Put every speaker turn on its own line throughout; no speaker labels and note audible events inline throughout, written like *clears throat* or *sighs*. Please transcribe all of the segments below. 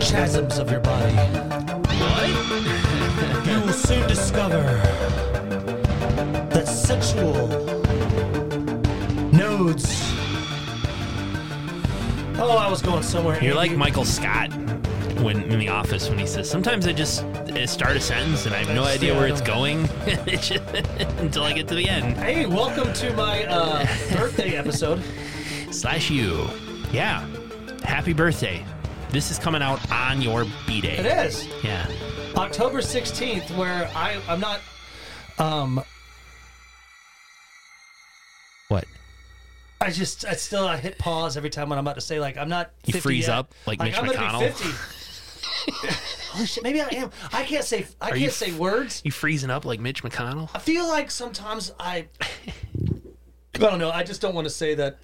chasms of your body. you will soon discover that sexual nodes. Oh, I was going somewhere.
You're
Andy.
like Michael Scott when in the office when he says, "Sometimes I just uh, start a sentence and I have no
just-
idea
yeah,
where
I
it's
don't-
going *laughs* It's just- until I get to the end."
Hey, welcome to my
*laughs*
uh, birthday episode.
Slash you, yeah. Happy birthday! This is coming out on your b day.
It is.
Yeah.
October 16th, where I, I'm not. Um,
What?
I just, I still, I hit pause every time when I'm about to say, like, I'm not. 50
You freeze
yet.
up like Mitch
I'm
McConnell?
Gonna be 50. *laughs* Holy shit, maybe I am. I can't say, I
you
can't say words.
You freezing up like Mitch McConnell?
I feel like sometimes I, I don't know. I just don't want to say that.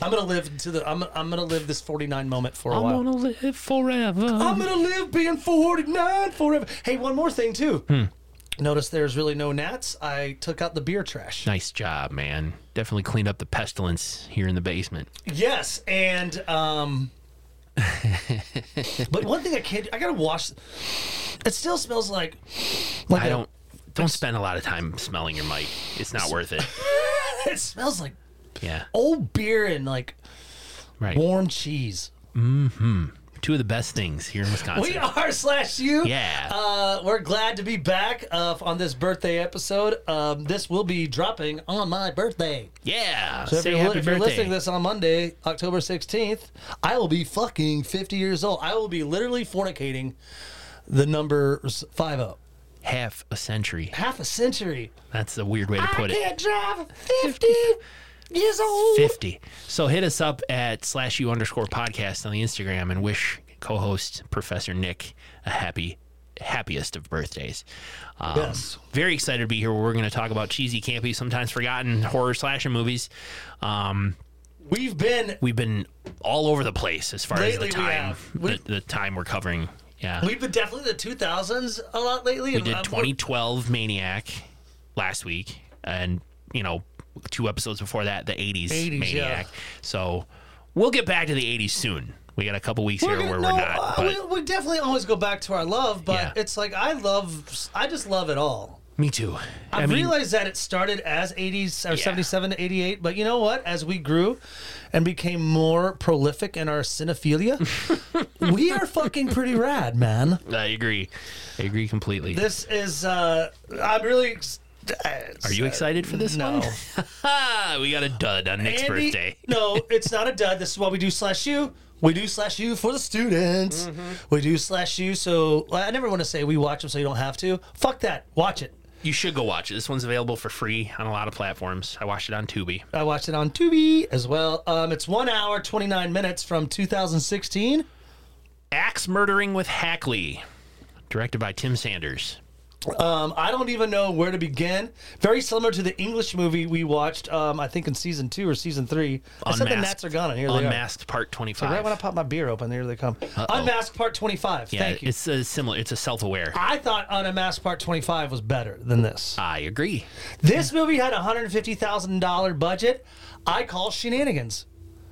I'm gonna live to the. I'm, I'm gonna live this 49 moment for a while.
live forever.
I'm gonna live being 49 forever. Hey, one more thing too.
Hmm.
Notice there's really no gnats. I took out the beer trash.
Nice job, man. Definitely cleaned up the pestilence here in the basement.
Yes, and
*laughs*
um, but one thing I can't. I gotta wash. It still smells like. like
I
a-
don't don't spend a lot of time smelling your mic. It's not
*laughs*
worth it.
*laughs* It smells like
Yeah.
old beer and like
Right.
warm cheese.
Two of the best things here in Wisconsin.
We are slash you.
Yeah.
Uh, we're glad to be back uh, on this birthday episode. Um, this will be dropping on my birthday.
Yeah.
So if,
Say
you're,
happy
if
birthday.
you're listening to this on Monday, October 16th, I will be fucking 50 years old. I will be literally fornicating the numbers oh. 50.
Half a century.
Half a century.
That's a weird way to put it.
drive 50 years old.
50. So hit us up at slash you underscore podcast on the Instagram and wish co host Professor Nick a happy, happiest of birthdays. Um,
Yes.
Very excited to be here. We're going to talk about cheesy, campy, sometimes forgotten horror slasher movies. Um,
We've been
we've been all over the place as far
Lately
as
we
the time,
have.
the,
We-
the time we're covering. Yeah.
we've been definitely the 2000s a lot lately. uh,
We did 2012 Maniac last week, and you know, two episodes before that, the 80s,
80s,
Maniac.
yeah.
So we'll get back to the 80s soon. We got a couple weeks here
gonna-
where
no,
we're not.
uh,
But
we, we definitely always go back to our love, but
Yeah.
it's like I love, I just love it all.
me too.
I,
I mean,
realized that it started as 80s or
Yeah.
77 to 88, but you know what? As we grew and became more prolific in our
*laughs*
cinephilia, we are fucking pretty rad, man.
I agree. I agree completely.
This is, uh, I'm really. ex- uh,
Are you excited for this
No.
one? *laughs* we got a dud on Nick's
Andy-
birthday.
no, it's not a dud. This is why we do slash you. We do slash you for the students.
Mm-hmm.
We do slash you. So well, I never want to say we watch them so you don't have to. Fuck that. Watch it.
You should go watch it. This one's available for free on a lot of platforms. I watched it on Tubi.
I watched it on Tubi as well. Um, it's one hour, 29 minutes from 2016.
Axe Murdering with Hackley, directed by Tim Sanders.
Um, I don't even know where to begin. Very similar to the English movie we watched, um, I think in season two or season three. I said the
Unmasked.
Nats are gone, and here they are.
Unmasked Part 25.
Right when I pop my beer open, here they come. Unmasked Part 25.
Yeah,
Thank you.
it's a similar. It's a self-aware.
I thought Unmasked Part 25 was better than this.
I agree.
This movie had a $150,000 budget. I call shenanigans.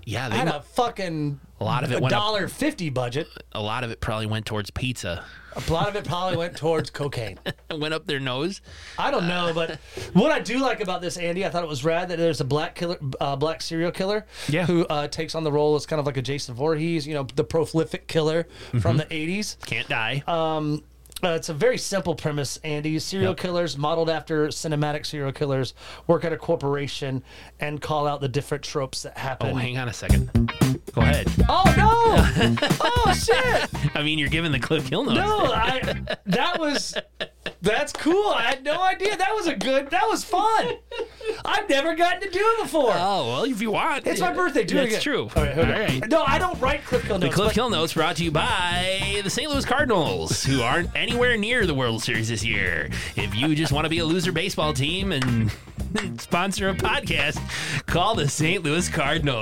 Yeah, they,
I had a
a,
fucking
A lot of it went up-
dollar fifty budget.
lot of it probably went towards pizza.
A lot of it probably went towards cocaine.
It went up their nose.
I don't know, but what I do like about this, Andy, I thought it was rad that there's a black killer, uh, black serial killer,
Yeah.
who uh, takes on the role as kind of like a Jason Voorhees, you know, the prolific killer
Mm-hmm.
from the '80s.
Can't die.
Uh, it's a very simple premise, Andy. Serial killers, modeled after cinematic serial killers, work at a corporation and call out the different tropes that happen.
oh, hang on a second.
*laughs*
Go ahead.
Oh, no!
*laughs*
oh shit!
I mean, you're giving the clip kill notes.
No, I. That was. That's cool. I had no idea. That was a good. That was fun. I've never gotten to do it before.
Oh well, if you want,
It's my birthday. Do it
That's
again.
true.
All right, hold on.
All right.
No, I don't write clip kill
The
notes.
Cliff
but
Hill Notes brought to you by the St. Louis Cardinals, who aren't anywhere near the World Series this year. If you just want to be a loser baseball team and *laughs* sponsor a podcast, call the St. Louis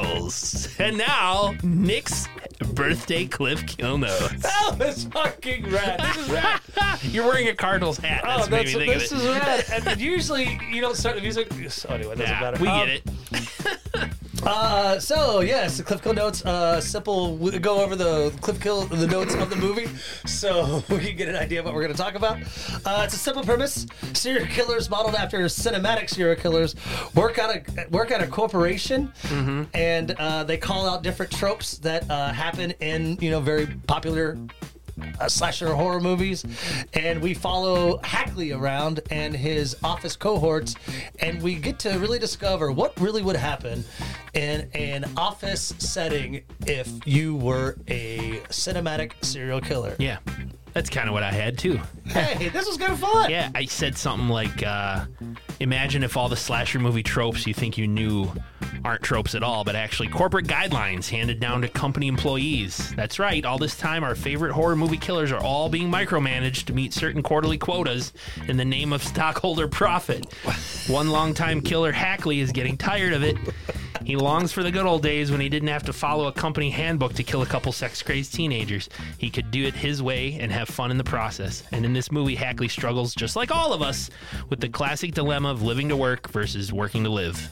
Cardinals. And now, Nick's birthday Cliff Hill Notes.
that was fucking rad. This is rad.
You're wearing a Cardinals hat.
Oh,
That's,
that's,
made me think
this
of
is
it.
rad. And usually you don't start the music. So anyway, it Um, doesn't
Yeah,
matter.
we
Um,
get it.
Uh, so yes, the Cliff Kill notes. Uh, simple. We go over the Cliff Kill the notes of the movie, so *laughs* we can get an idea of what we're going to talk about. Uh, it's a simple premise: serial killers modeled after cinematic serial killers work out a work at a corporation, and uh, they call out different tropes that uh, happen in you know very popular uh, slasher horror movies, and we follow Hackley around and his office cohorts, and we get to really discover what really would happen in an office setting if you were a cinematic serial killer.
Yeah, that's kind of what I had too.
Hey, this was kind of fun.
Yeah, I said something like, uh, imagine if all the slasher movie tropes you think you knew aren't tropes at all, but actually corporate guidelines handed down to company employees. That's right, all this time our favorite horror movie killers are all being micromanaged to meet certain quarterly quotas in the name of stockholder profit. One longtime killer, Hackley, is getting tired of it. He longs for the good old days when he didn't have to follow a company handbook to kill a couple sex crazed teenagers. He could do it his way and have fun in the process. And in this movie, Hackley struggles, just like all of us, with the classic dilemma of living to work versus working to live.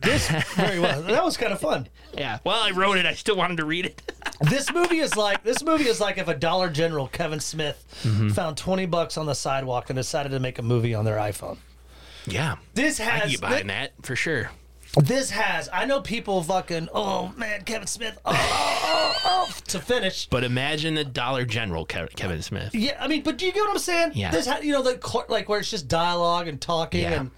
This very well. That was kind of fun.
Yeah. Well, I wrote it. I still wanted to read it.
This movie is like this movie is like if a Dollar General Kevin Smith
Mm-hmm.
found twenty bucks on the sidewalk and decided to make a movie on their iPhone.
Yeah.
This
I can
has
get behind that for sure.
This has. I know people fucking. Oh man, Kevin Smith. Oh, oh, oh, oh," to finish.
But imagine the Dollar General Kev- Kevin Smith.
Yeah, I mean, but do you get what I'm saying?
Yeah.
This, ha- you know, the cor- like where it's just dialogue and talking
Yeah.
and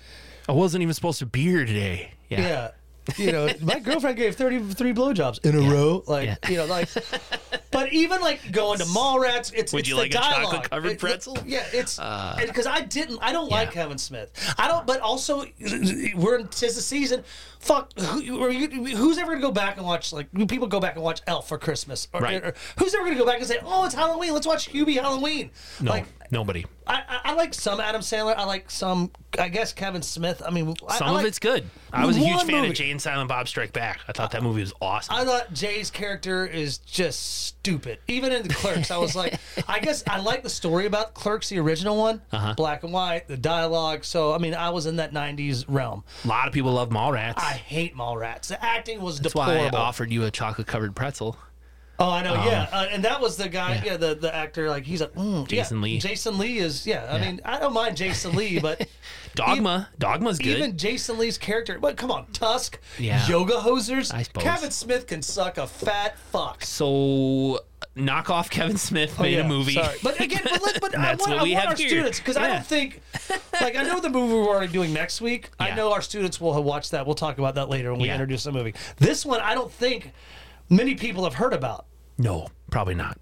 I wasn't even supposed to be here today. Yeah.
yeah. You know, my girlfriend gave 33 blowjobs in a row. Like,
Yeah.
you know, like, but even like going to mall rats, it's,
Would
it's
you
the
like a
dialogue.
chocolate-covered
It- it-
pretzel? Uh,
yeah, it's because I didn't, I don't like
yeah.
Kevin Smith. I don't, but also *clears throat* we're in tis the season. Fuck, who, are you, who's ever gonna go back and watch like people go back and watch Elf for Christmas? Or,
Right.
or- who's ever gonna go back and say, oh, it's Halloween, let's watch Hubie Halloween?
No,
Like,
nobody.
I, I- I like some Adam Sandler. I like some, I guess Kevin Smith. I mean, I,
Some
I
of
like-
it's good. I was a huge
One
fan
movie.
of Jane Silent Bob Strike Back. I thought that movie was awesome.
I thought Jay's character is just stupid. Even in the Clerks, I was
*laughs*
like, I guess I like the story about Clerks, the original one,
Uh-huh.
black and white, the dialogue. So I mean, I was in that '90s realm.
a lot of people love Mallrats.
I hate Mallrats. The acting was
That's why I um,
deplorable.
offered you a chocolate covered pretzel.
oh, I know. yeah, uh, and that was the guy. Yeah, the, the actor. Like he's like mm, yeah.
Jason Lee.
Jason Lee is yeah. I mean, I don't mind Jason Lee,
*laughs*
but.
Dogma. Dogma's good.
Even Jason Lee's character, but come on, Tusk,
Yeah.
yoga hosers.
I suppose.
Kevin Smith can suck a fat fuck.
so knock off Kevin Smith made
Oh, Yeah,
a movie. *laughs*
sorry. But again, but, let, but
And
I
that's
want,
what
I
we
want
have
our
here.
students because I
Yeah.
don't think, like, I know the movie we're already doing next week. I
Yeah.
know our students will have watched that. We'll talk about that later when we
Yeah.
introduce the movie. This one, I don't think many people have heard about.
no, probably not.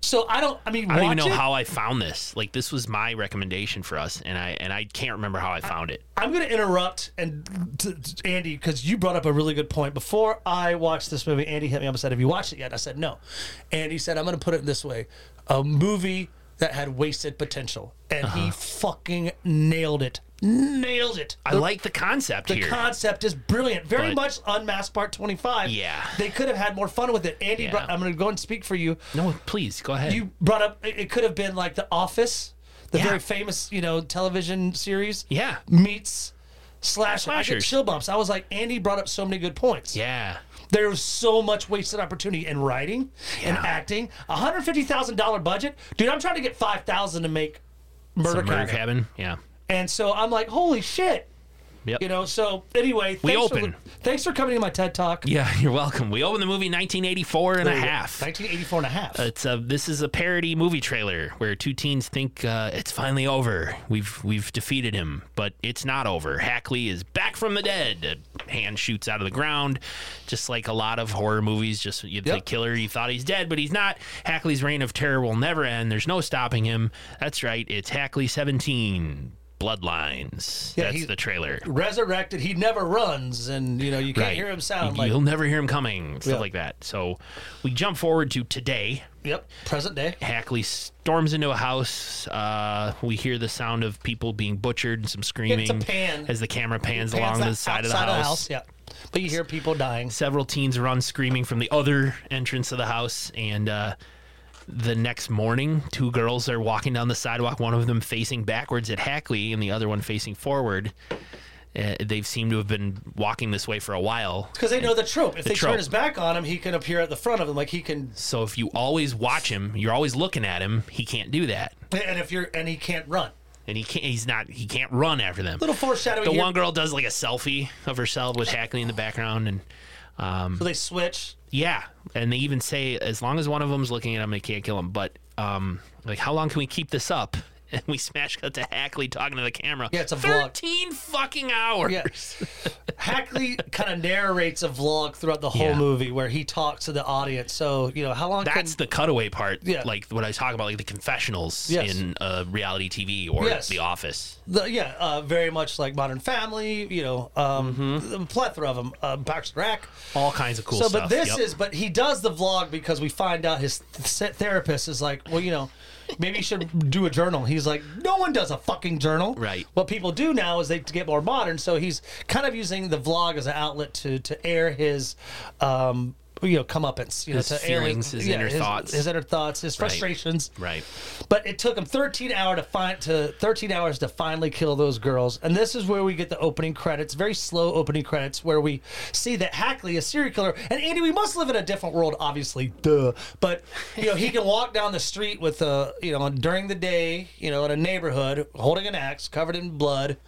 So I don't. I mean,
I don't
watch
even know
it.
how I found this. Like this was my recommendation for us, and I and I can't remember how I found it.
I'm going to interrupt and t- t- Andy because you brought up a really good point. Before I watched this movie, Andy hit me up and said, "Have you watched it yet?" I said, "No," and he said, "I'm going to put it this way: a movie that had wasted potential," and
Uh-huh.
he fucking nailed it. Nailed it.
I like the concept
The
here.
concept is brilliant. Very
But-
much unmasked part 25.
Yeah.
They could have had more fun with it. Andy,
Yeah.
brought, I'm going to go and speak for you.
no, please go ahead.
You brought up, it it could have been like The Office, the
Yeah.
very famous, you know, television series.
yeah,
Meets slash I get
Slashers.
chill bumps. I was like, Andy brought up so many good points.
yeah.
There was so much wasted opportunity in writing and
Yeah.
acting. $150,000 budget. Dude, I'm trying to get 5000 to make Murder,
The murder
Cabin.
cabin. Yeah.
And so I'm like, holy shit.
Yep.
You know, so anyway, thanks
open.
For, thanks for coming to my TED Talk.
yeah, *laughs* you're welcome. We opened the movie 1984 and a half. Uh,
1984 and a half.
It's a this is a parody movie trailer where two teens think uh, it's finally over. We've we've defeated him, but it's not over. Hackley is back from the dead. A hand shoots out of the ground, just like a lot of horror movies. Just you, the
Yep.
killer, you thought he's dead, but he's not. Hackley's reign of terror will never end. There's no stopping him. That's right. It's Hackley 17 Bloodlines.
Yeah,
That's
he's-
the trailer.
Resurrected, he never runs, and you know you can't
Right.
hear him sound
You-
like.
You'll never hear him coming, stuff
Yeah.
like that. So we jump forward to today,
Yep, present day.
Hackley storms into a house. Uh, we hear the sound of people being butchered and some screaming
pan.
as the camera pans,
Pants
along the
out-
side of the
outside
house.
Yeah, but you hear people dying.
Several teens run screaming from the other entrance of the house, and uh, the next morning, two girls are walking down the sidewalk. One of them facing backwards at Hackley, and the other one facing forward. Uh, they've seemed to have been walking this way for a while.
Because they know the trope. If they
trope.
turn his back on him, he can appear at the front of him. Like he can,
So if you always watch him, you're always looking at him. He can't do that,
and if you're, and he can't run.
and he can't. He's not. He can't run after them.
Little foreshadowing.
the
here.
one girl does like a selfie of herself with Hackley in the background, and um,
So they switch.
yeah, and they even say as long as one of them's looking at him, they can't kill him. But um, like, how long can we keep this up? *laughs* And we smash cut to Hackley talking to the camera.
Yeah, it's a vlog.
thirteen fucking hours.
Yeah. Hackley kind of narrates a vlog throughout the whole
Yeah.
movie where he talks to the audience. So you know how long
That's
can
the cutaway part,
Yeah.
like what I was talking about, like the confessionals
Yes.
in uh, reality TV or
Yes.
The Office.
the, yeah, uh, very much like Modern Family. You know, um, a plethora of them. Uh, Parks and Rec.
Mm-hmm. All kinds of cool
so,
stuff.
but this
Yep.
is, but he does the vlog because we find out his th- therapist is like, well, you know, maybe you should do a journal. He's like, no one does a fucking journal.
Right.
What people do now is they get more modern. So he's kind of using the vlog as an outlet to to air his. um you know, comeuppance. You know,
His
to air
feelings, his inner thoughts.
his inner thoughts, his frustrations.
right.
But it took him 13 hour to find to 13 hours to finally kill those girls, and this is where we get the opening credits, very slow opening credits, where we see that Hackley is serial killer. And Andy, we must live in a different world, obviously, duh. But you know, he can walk down the street with a you know during the day, you know, in a neighborhood, holding an axe, covered in blood.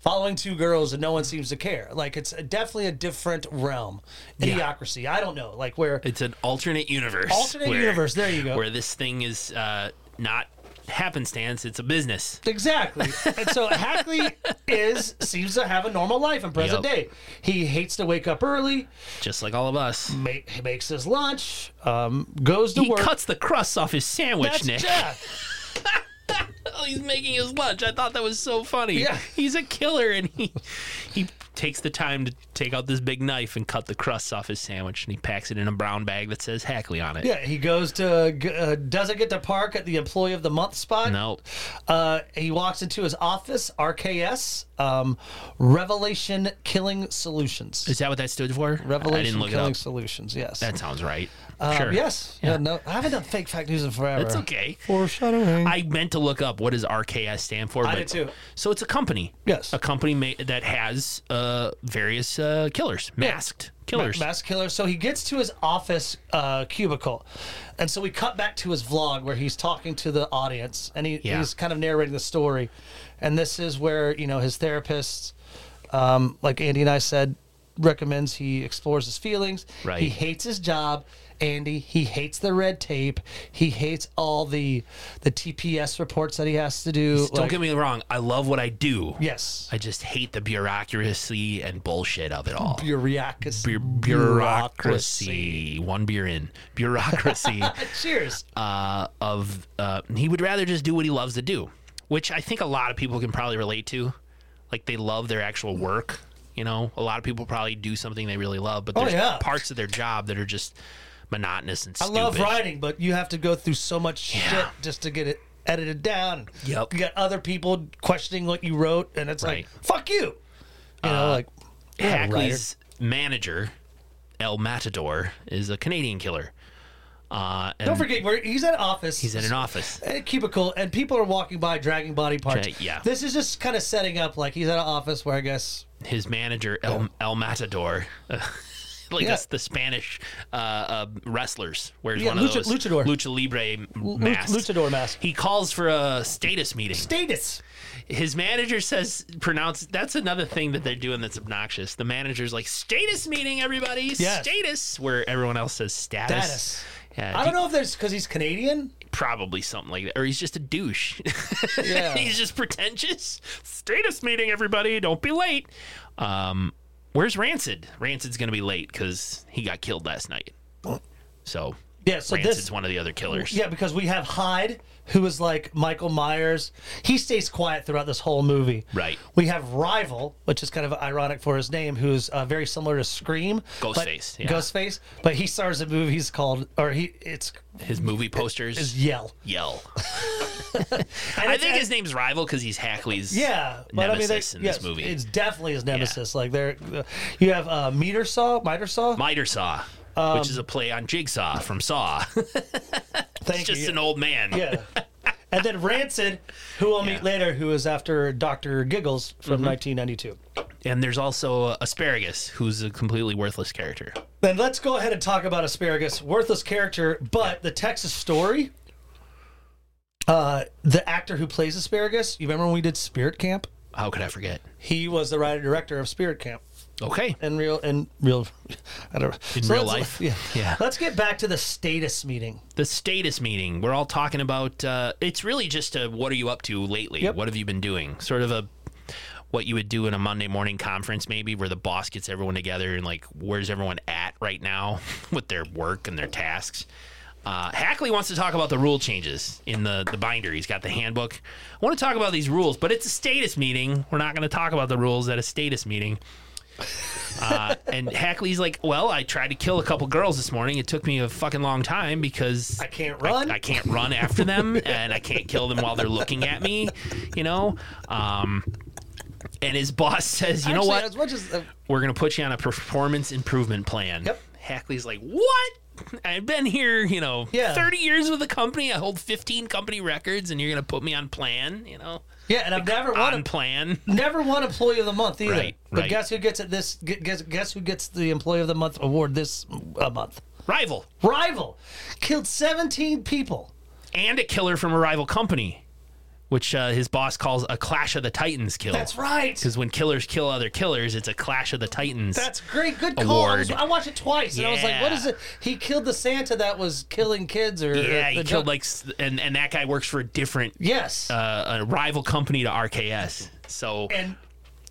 Following two girls and no one seems to care. Like it's definitely a different realm, idiocracy. I don't know, like where
It's an alternate universe.
Alternate universe, there you go.
Where this thing is uh, not happenstance; it's a business.
Exactly. And so Hackley is seems to have a normal life in present
Yep.
day. He hates to wake up early,
just like all of us.
ma- he makes his lunch, um, goes to
He
work.
cuts the crust off his sandwich,
That's
Nick.
Jack.
*laughs* Oh, he's making his lunch. I thought that was so funny.
Yeah.
He's a killer and he *laughs* he takes the time to take out this big knife and cut the crust off his sandwich and he packs it in a brown bag that says Hackley on it.
Yeah, he goes to g- uh, doesn't get to park at the employee of the month spot.
No.
Uh, he walks into his office, RKS, um, Revelation Killing Solutions.
Is that what that stood for?
Revelation
I didn't look it
Killing
up.
Solutions. Yes.
That sounds right.
Um,
sure.
Yes. Yeah. No, I haven't done fake fact news in forever.
It's okay.
Foreshadowing.
I meant to look up what does RKS stand for.
I
but-
did too.
So it's a company.
Yes.
A company ma- that has uh, various uh, killers, masked killers.
Mass killer. So he gets to his office uh, cubicle, and so we cut back to his vlog where he's talking to the audience, and he,
Yeah.
he's kind of narrating the story. And this is where you know his therapist, um, like Andy and I said, recommends he explores his feelings.
Right.
He hates his job, Andy. He hates the red tape. He hates all the the TPS reports that he has to do.
Don't
like-
get me wrong. I love what I do.
yes.
I just hate the bureaucracy and bullshit of it all.
your reactus.
Bu- bureaucracy. One beer in.
*laughs*
Bureaucracy
Cheers.
uh, of uh, he would rather just do what he loves to do, which I think a lot of people can probably relate to. Like they love their actual work. You know, a lot of people probably do something they really love, but there's
Oh, yeah.
parts of their job that are just monotonous and
I
stupid.
love writing, but you have to go through so much shit
Yeah.
just to get it edited down.
Yep.
You got other people questioning what you wrote, and it's
Right. Uh,
like, fuck you. You know, like, you're not a Oh, writer.
Hackley's manager, El Matador, is a Canadian killer. Uh, and
Don't forget, we're, he's at an office.
he's in an office.
a cubicle, and people are walking by dragging body parts.
Dra- yeah.
This is just kind of setting up, like, he's at an office where I guess.
his manager El, El Matador, *laughs* like
Oh. Yeah.
the, the Spanish uh, uh, wrestlers, wears
Yeah,
one of
lucha-
those
luchador.
lucha libre
lu-
masks.
luchador mask.
He calls for a status meeting.
Status.
His manager says, "Pronounce." That's another thing that they're doing that's obnoxious. The manager's like, "Status meeting, everybody.
Yes.
Status," where everyone else says status.
Status.
Yeah,
I don't know if there's because he's Canadian.
probably something like that, or he's just a douche. *laughs*
Yeah.
he's just pretentious. Status meeting, everybody. Don't be late. Um, where's Rancid? Rancid's gonna be late because he got killed last night. So
Yeah, so
Rancid's
this.
one of the other killers.
Yeah, because we have Hyde, who is like Michael Myers. He stays quiet throughout this whole movie.
Right.
We have Rival, which is kind of ironic for his name, who's uh, very similar to Scream. but-
Ghostface, yeah.
Ghostface, but he stars in movies called, or he it's
His movie posters
is Yell.
yell.
*laughs* And
I
it's-
think
and-
his name's Rival because he's Hackley's
yeah, but I mean,
nemesis
they-
in this
yes,
movie.
it's definitely his nemesis. Like there, you have uh, Meter Saw, Miter Saw.
Miter Saw,
Um,
which is a play on Jigsaw
*laughs*
from Saw.
Thank
just
you.
an old man.
Yeah. And
Mm-hmm.
then Rancid, who we'll meet later, who is after Doctor Giggles from 1992.
And there's also uh, Asparagus, who's a completely worthless character.
Then let's go ahead and talk about asparagus. Worthless character, but the Texas story. Uh, the actor who plays asparagus. You remember when we did Spirit Camp?
How could I forget?
He was the writer director of Spirit Camp.
Okay.
And real and real, *laughs* I don't. In
real life?
yeah,
Yeah.
Let's get back to the status meeting.
The status meeting. We're all talking about. Uh, it's really just a what are you up to lately?
Yep.
What have you been doing? Sort of a what you would do in a Monday morning conference, maybe, where the boss gets everyone together and like, where's everyone at right now *laughs* with their work and their tasks. Uh, Hackley wants to talk about the rule changes in the, the binder. He's got the handbook. I want to talk about these rules, but it's a status meeting. We're not going to talk about the rules at a status meeting. Uh, and Hackley's like, well, I tried to kill a couple girls this morning. It took me a fucking long time because
I can't run.
I can't run
*laughs*
after them, and I can't kill them while they're looking at me. You know. Um, and his boss says, you know
Actually,
what?
As much as uh,
We're gonna put you on a performance improvement plan.
Yep.
Hackley's like, what? I've been here, you know,
Yeah.
30 years with the company. I hold 15 company records, and you're going to put me on plan, you know,
yeah, and I've never won
on
a,
plan.
never won employee of the month either.
Right,
but
right.
guess who gets it this? gu- Guess guess who gets the employee of the month award this uh, month?
Rival.
Rival killed seventeen people.
and a killer from a rival company, which uh, his boss calls a Clash of the Titans kill.
That's right.
Because when killers kill other killers, it's a Clash of the Titans.
That's great. Good call. I, was-
Award.
I watched it twice, and I was like, "What
Yeah.
is it?" He killed the Santa that was killing kids, or
yeah,
or
he
the
killed
junk-
like, s- and and that guy works for a different,
yes,
uh, a rival company to RKS. So *laughs*
and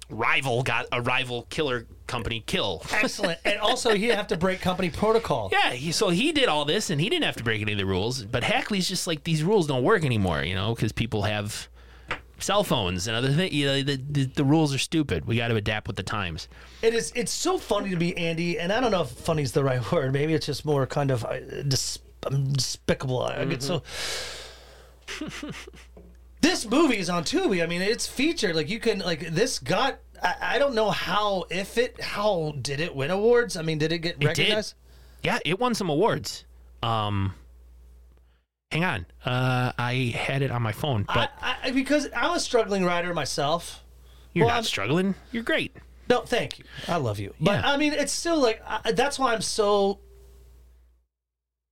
rival got a rival killer company kill.
excellent. and also, he have to break company protocol.
Yeah, he, so he did all this, and he didn't have to break any of the rules. But Hackley's just like these rules don't work anymore, you know, because people have cell phones and other things. You know, the, the, the rules are stupid. We got to adapt with the times.
It is. It's so funny to be Andy, and I don't know if "funny" is the right word. Maybe it's just more kind of uh, dis- um, despicable. I I get so.
Mm-hmm.
*laughs* this movie is on Tubi. I mean, it's featured. Like you can like this got. I, I don't know how if it how did it win awards. I mean, did it get
did.
recognized?
Yeah, it won some awards. Um, hang on, uh, I had it on my phone, but
I, I, because I'm a struggling writer myself.
you're
well,
not
I'm-
struggling. You're great.
No, thank you. I love you. But
Yeah.
I mean, it's still like I, that's why I'm so.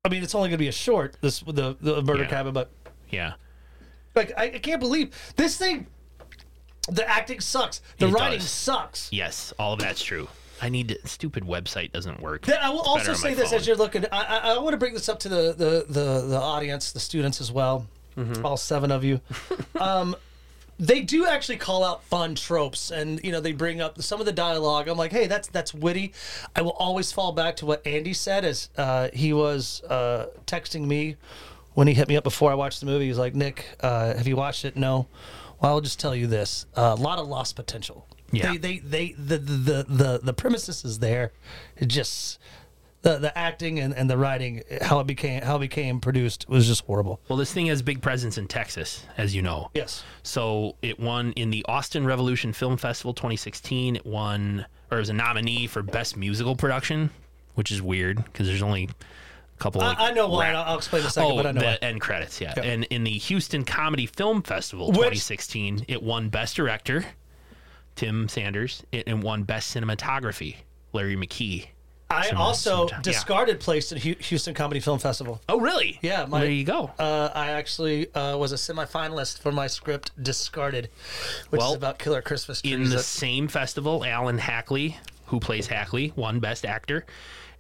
I mean, it's only going to be a short. This the the murder
Yeah.
cabin, but
Yeah,
like I, I can't believe this thing. The acting sucks. The
It
writing
does.
sucks.
yes, all of that's true. I need to, stupid website doesn't work.
Then I will also
better on
say
my
this as
phone.
you're looking. I, I, I want to bring this up to the the the, the audience, the students as well,
Mm-hmm.
all seven of you. um, they do actually call out fun tropes, and you know they bring up some of the dialogue. I'm like, hey, that's that's witty. I will always fall back to what Andy said as uh, he was uh, texting me when he hit me up before I watched the movie. He was like, Nick, uh, have you watched it? No. Well, I'll just tell you this: a lot of lost potential.
Yeah.
They, they, they, the, the, the, the premises is there. It just the the acting and, and the writing, how it became how it became produced was just horrible.
Well, this thing has big presence in Texas, as you know.
Yes.
So it won in the Austin Revolution Film Festival 2016. It won, or it was a nominee for Best Musical Production, which is weird because there's only a couple. like,
I, I know why.
rap- Oh,
and I'll, I'll explain in a second, but I know
the
why.
end credits, yeah. And in the Houston Comedy Film Festival 2016, it won Best Director, Tim Sanders, it, and won Best Cinematography, Larry McKee.
I also
sometime- yeah.
discarded place at Hu- Houston Comedy Film Festival.
Oh, really?
Yeah, my-
there you go.
Uh, I actually uh, was a semifinalist for my script "Discarded," which
Well,
is about killer Christmas
in
trees.
the
that-
same festival, Alan Hackley, who plays Hackley, won Best Actor,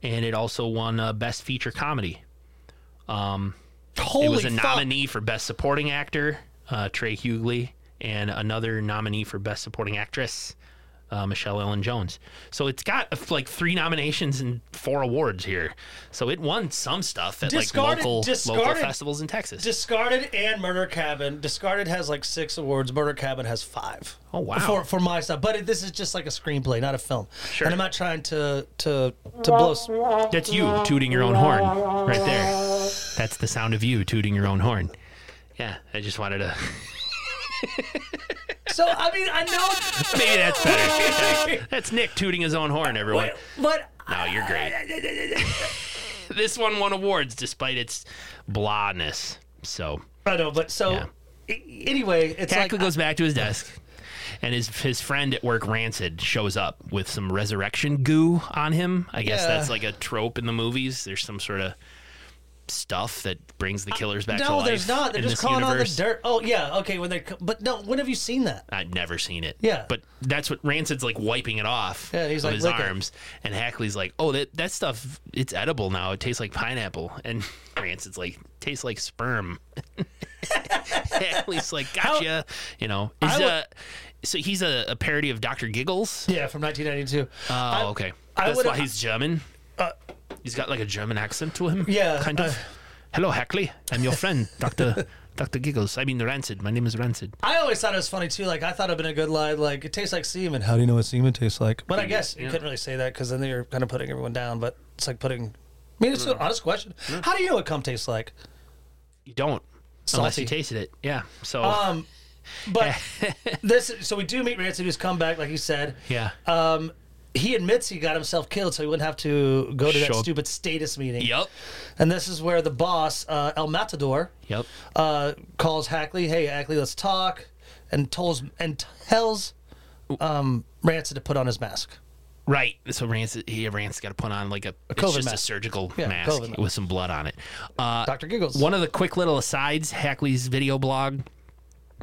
and it also won uh, Best Feature Comedy.
Holy
it was a
fuck.
nominee for Best Supporting Actor, uh, Trey Hughley, and another nominee for Best Supporting Actress, uh, Michelle Ellen Jones. So it's got uh, like three nominations and four awards here. So it won some stuff at
Discarded-
like local local
discarded-
festivals in Texas.
Discarded and Murder Cabin. Discarded has like six awards. Murder Cabin has five.
Oh, wow.
For for my stuff, but it, this is just like a screenplay, not a film.
Sure.
And I'm not trying to to to blow. s-
That's you tooting your own horn right there. That's the sound of you tooting your own horn. Yeah, I just wanted to. *laughs*
So I mean, I know,
*laughs* Maybe that's better. That's Nick tooting his own horn, everyone.
but, *laughs* but
No, you're *laughs* great. this one won awards despite its blahness. So
I know, but so.
Yeah.
a- Anyway, it's
Tackle
like
goes back to his desk. and his his friend at work, Rancid, shows up with some resurrection goo on him. I guess
Yeah.
that's like a trope in the movies. There's some sort of stuff that brings the killers back to
No,
life.
there's not. They're
in
just
this
calling
universe.
on the dirt. Oh yeah, okay. When they're, co- but no. When have you seen that?
I'd never seen it.
Yeah.
But that's what Rancid's like wiping it off
Yeah, he's
of
like,
his
"Lick it."
arms. And Hackley's like, Oh, that, that stuff it's edible now. It tastes like pineapple. And *laughs* Rancid's like, tastes like sperm. *laughs* Hackley's like, Gotcha. you know. Is
I would-
uh so he's a, a parody of Dr. Giggles.
Yeah, from 1992.
Oh,
I-
okay.
I
That's
would-
why he's German.
Uh,
He's got like a German accent to him.
Yeah,
Kind of.
uh,
Hello, Hackley. I'm your friend, *laughs* Dr. Dr. Giggles. I mean Rancid. My name is Rancid.
I always thought it was funny too. Like I thought it'd been a good line. Like it tastes like semen. How do you know what semen tastes like? But I guess you couldn't really say that because then you're kind of putting everyone down. But it's like putting. I mean, it's
Mm.
an honest question. How do you know what cum tastes like?
You don't. Unless
Salty.
you tasted it. Yeah. So
Um,
*laughs*
but this. So we do meet Rancid, who's come back, like you said.
Yeah.
Um, he admits he got himself killed, so he wouldn't have to go to that
Show up.
stupid status meeting.
Yep.
And this is where the boss, uh, El Matador,
Yep.
uh, calls Hackley. Hey, Hackley, let's talk. And tells and tells um, Rancid to put on his mask.
Right. So Rance, he Rance got to put on like a,
COVID
it's just a
mask.
surgical
Yeah,
mask
COVID mask.
with some blood on it. Uh,
Dr. Giggles.
One of the quick little asides, Hackley's video blog,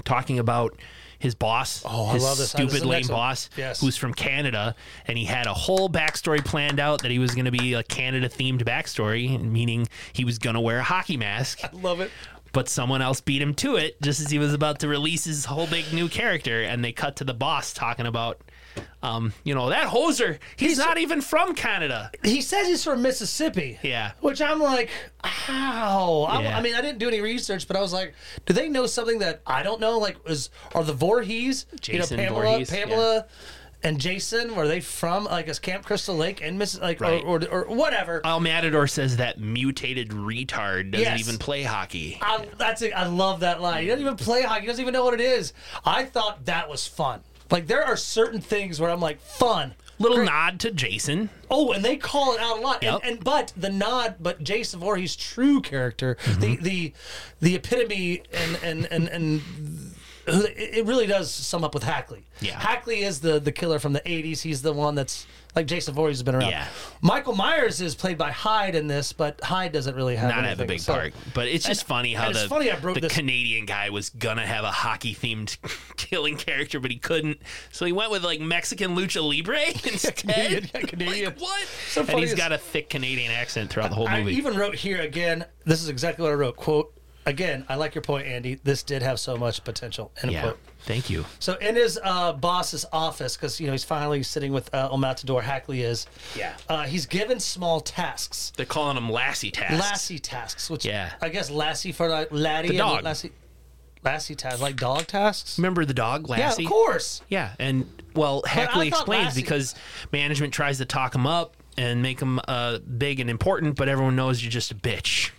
talking about his boss,
Oh, I
his
love this. This is
stupid
the
lame
next one.
boss,
Yes.
who's from Canada, and he had a whole backstory planned out that he was going to be a Canada themed backstory, meaning he was going to wear a
*laughs*
hockey mask.
Love it.
but someone else beat him to it just as he was about to release his whole big new character and they cut to the boss talking about um, you know that hoser he's, not even from canada
He says he's from Mississippi.
Yeah.
Which I'm like, how? I'm-
Yeah.
I mean, I didn't do any research, but I was like, do they know something that I don't know? Like, is are the Voorhees,
Jason
you know, Pamela,
Voorhees,
Pamela, and Jason? Were they from like is Camp Crystal Lake and Miss like
Right.
or, or or whatever?
al matador says that mutated retard doesn't
Yes. Uh,
even play hockey
I, that's it. I love that line. He doesn't even play hockey. He doesn't even know what it is. I thought that was fun. Like there are certain things where I'm like fun.
little nod to jason
Oh, and they call it out a lot.
Yep.
And, and but the nod, but Jason Voorhees' true character,
Mm-hmm.
the the the epitome, and and and and. who- It it really does sum up with Hackley.
Yeah.
Hackley is the, the killer from the '80s. He's the one that's like Jason Voorhees has been around.
Yeah.
Michael Myers is played by Hyde in this, but Hyde doesn't really have
not have a
anything,
big
so-
part but it's just funny how
and it's
the,
funny I broke
the
this-
canadian guy was gonna have a hockey themed *laughs* killing character but he couldn't so he went with like mexican lucha
*laughs*
libre instead
Canadian- yeah, Canadian.
*laughs* Like, what
So
and
funny
he's
is-
got a thick canadian accent throughout the whole
I
movie
even wrote here again. This is exactly what I wrote. Quote again. I like your point, Andy. This did have so much potential. End
Yeah.
quote.
Thank you.
So in his uh, boss's office, because you know he's finally sitting with uh, El Matador, Hackley is.
Yeah.
Uh, he's given small tasks,
They're calling them Lassie tasks.
Lassie tasks, which
Yeah.
I guess Lassie for like laddie,
The
and
dog.
Lassie, Lassie tasks like dog tasks.
Remember the dog,
Yeah,
Lassie?
of course.
Yeah, and well, Hackley
thought
explains
Lassie-
because management tries to talk him up and make him uh, big and important, but everyone knows you're just a bitch.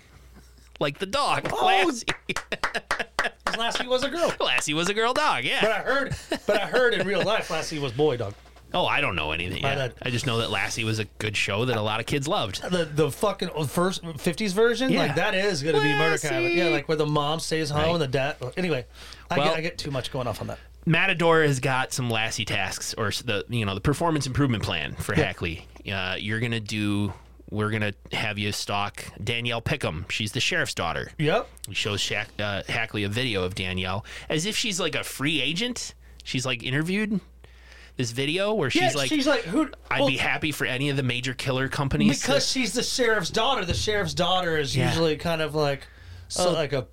Like the dog,
Oh.
Lassie. *laughs*
'cause Lassie was a girl.
Lassie was a girl dog,
But
yeah.
I heard, but I heard in real life, Lassie was boy dog.
Oh, I don't know anything. yeah.
bad.
I just know that Lassie was a good show that a lot of kids loved.
the the fucking first fifties version,
Yeah.
like that is gonna be murder
Lassie.
kind of yeah, like where the mom stays home
Right.
and the dad. well, Anyway, I,
Well-
get, I get too much going off on that.
Matador has got some Lassie tasks, or s- the you know the performance improvement plan for Hackley. Uh, you're gonna do. We're gonna have you stalk Danielle Pickham. She's the sheriff's daughter.
Yep.
He shows Shaq, uh, Hackley a video of Danielle as if she's like a free agent. She's like interviewed. This video where she's
Yeah,
like,
she's like who?
I'd
well,
be happy for any of the major killer companies.
because she's the sheriff's daughter. The sheriff's daughter is
Yeah.
usually kind of like so like a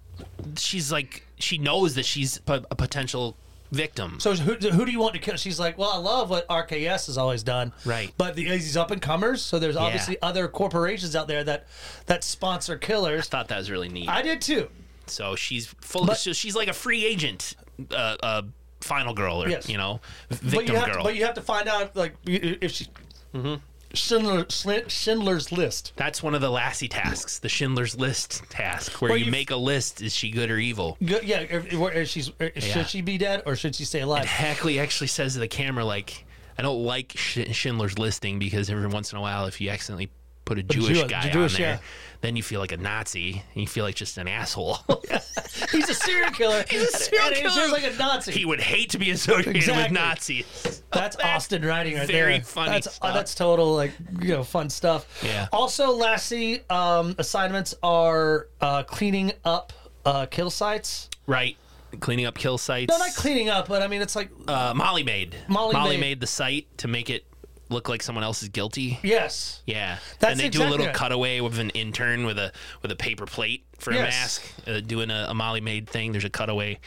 she's like, she knows that she's p- a potential victim.
so who, who do you want to kill? She's like, well, I love what RKS has always done,
Right.
But the these up and comers, so there's obviously other corporations out there that that sponsor killers.
Thought that was really neat.
I did too.
So she's full. so she's like a free agent, uh, uh, final girl, or
Yes.
you know, v-
But you
victim
have
girl.
to, but you have to find out like if she. Schindler, Schindler's List.
That's one of the Lassie tasks, the Schindler's List task, where
Well,
you,
you-
make a list: is she good or evil?
Go- Yeah, if, if- if she's if-
Yeah.
should she be dead or should she stay alive?
*laughs* Hackley actually says to the camera, like, "I don't like Sch- Schindler's listing because every once in a while, if you accidentally put a Jewish
Jew-
guy
Jewish,
on there,
yeah.
then you feel like a Nazi and you feel like just
*laughs*
an asshole.
He's a serial killer.
*laughs* He's a serial
And he
killer.
sounds like a Nazi.
he would hate to be associated with
Exactly.
Nazis.
That's Austin writing right
very
there.
funny
That's uh,
stuff.
that's total like you know fun stuff.
Yeah.
Also, lastly, um, assignments are uh, cleaning up uh, kill sites.
Right. Cleaning up kill sites.
No, not cleaning up, but I mean it's like
uh, Molly made.
Molly
Molly
made.
made the site to make it look like someone else is guilty.
yes,
Yeah,
That's
and they do a
exactly
little
right.
cutaway with an intern with a with a paper plate for a
Yes.
mask, uh, doing a, a Molly made thing. There's a cutaway,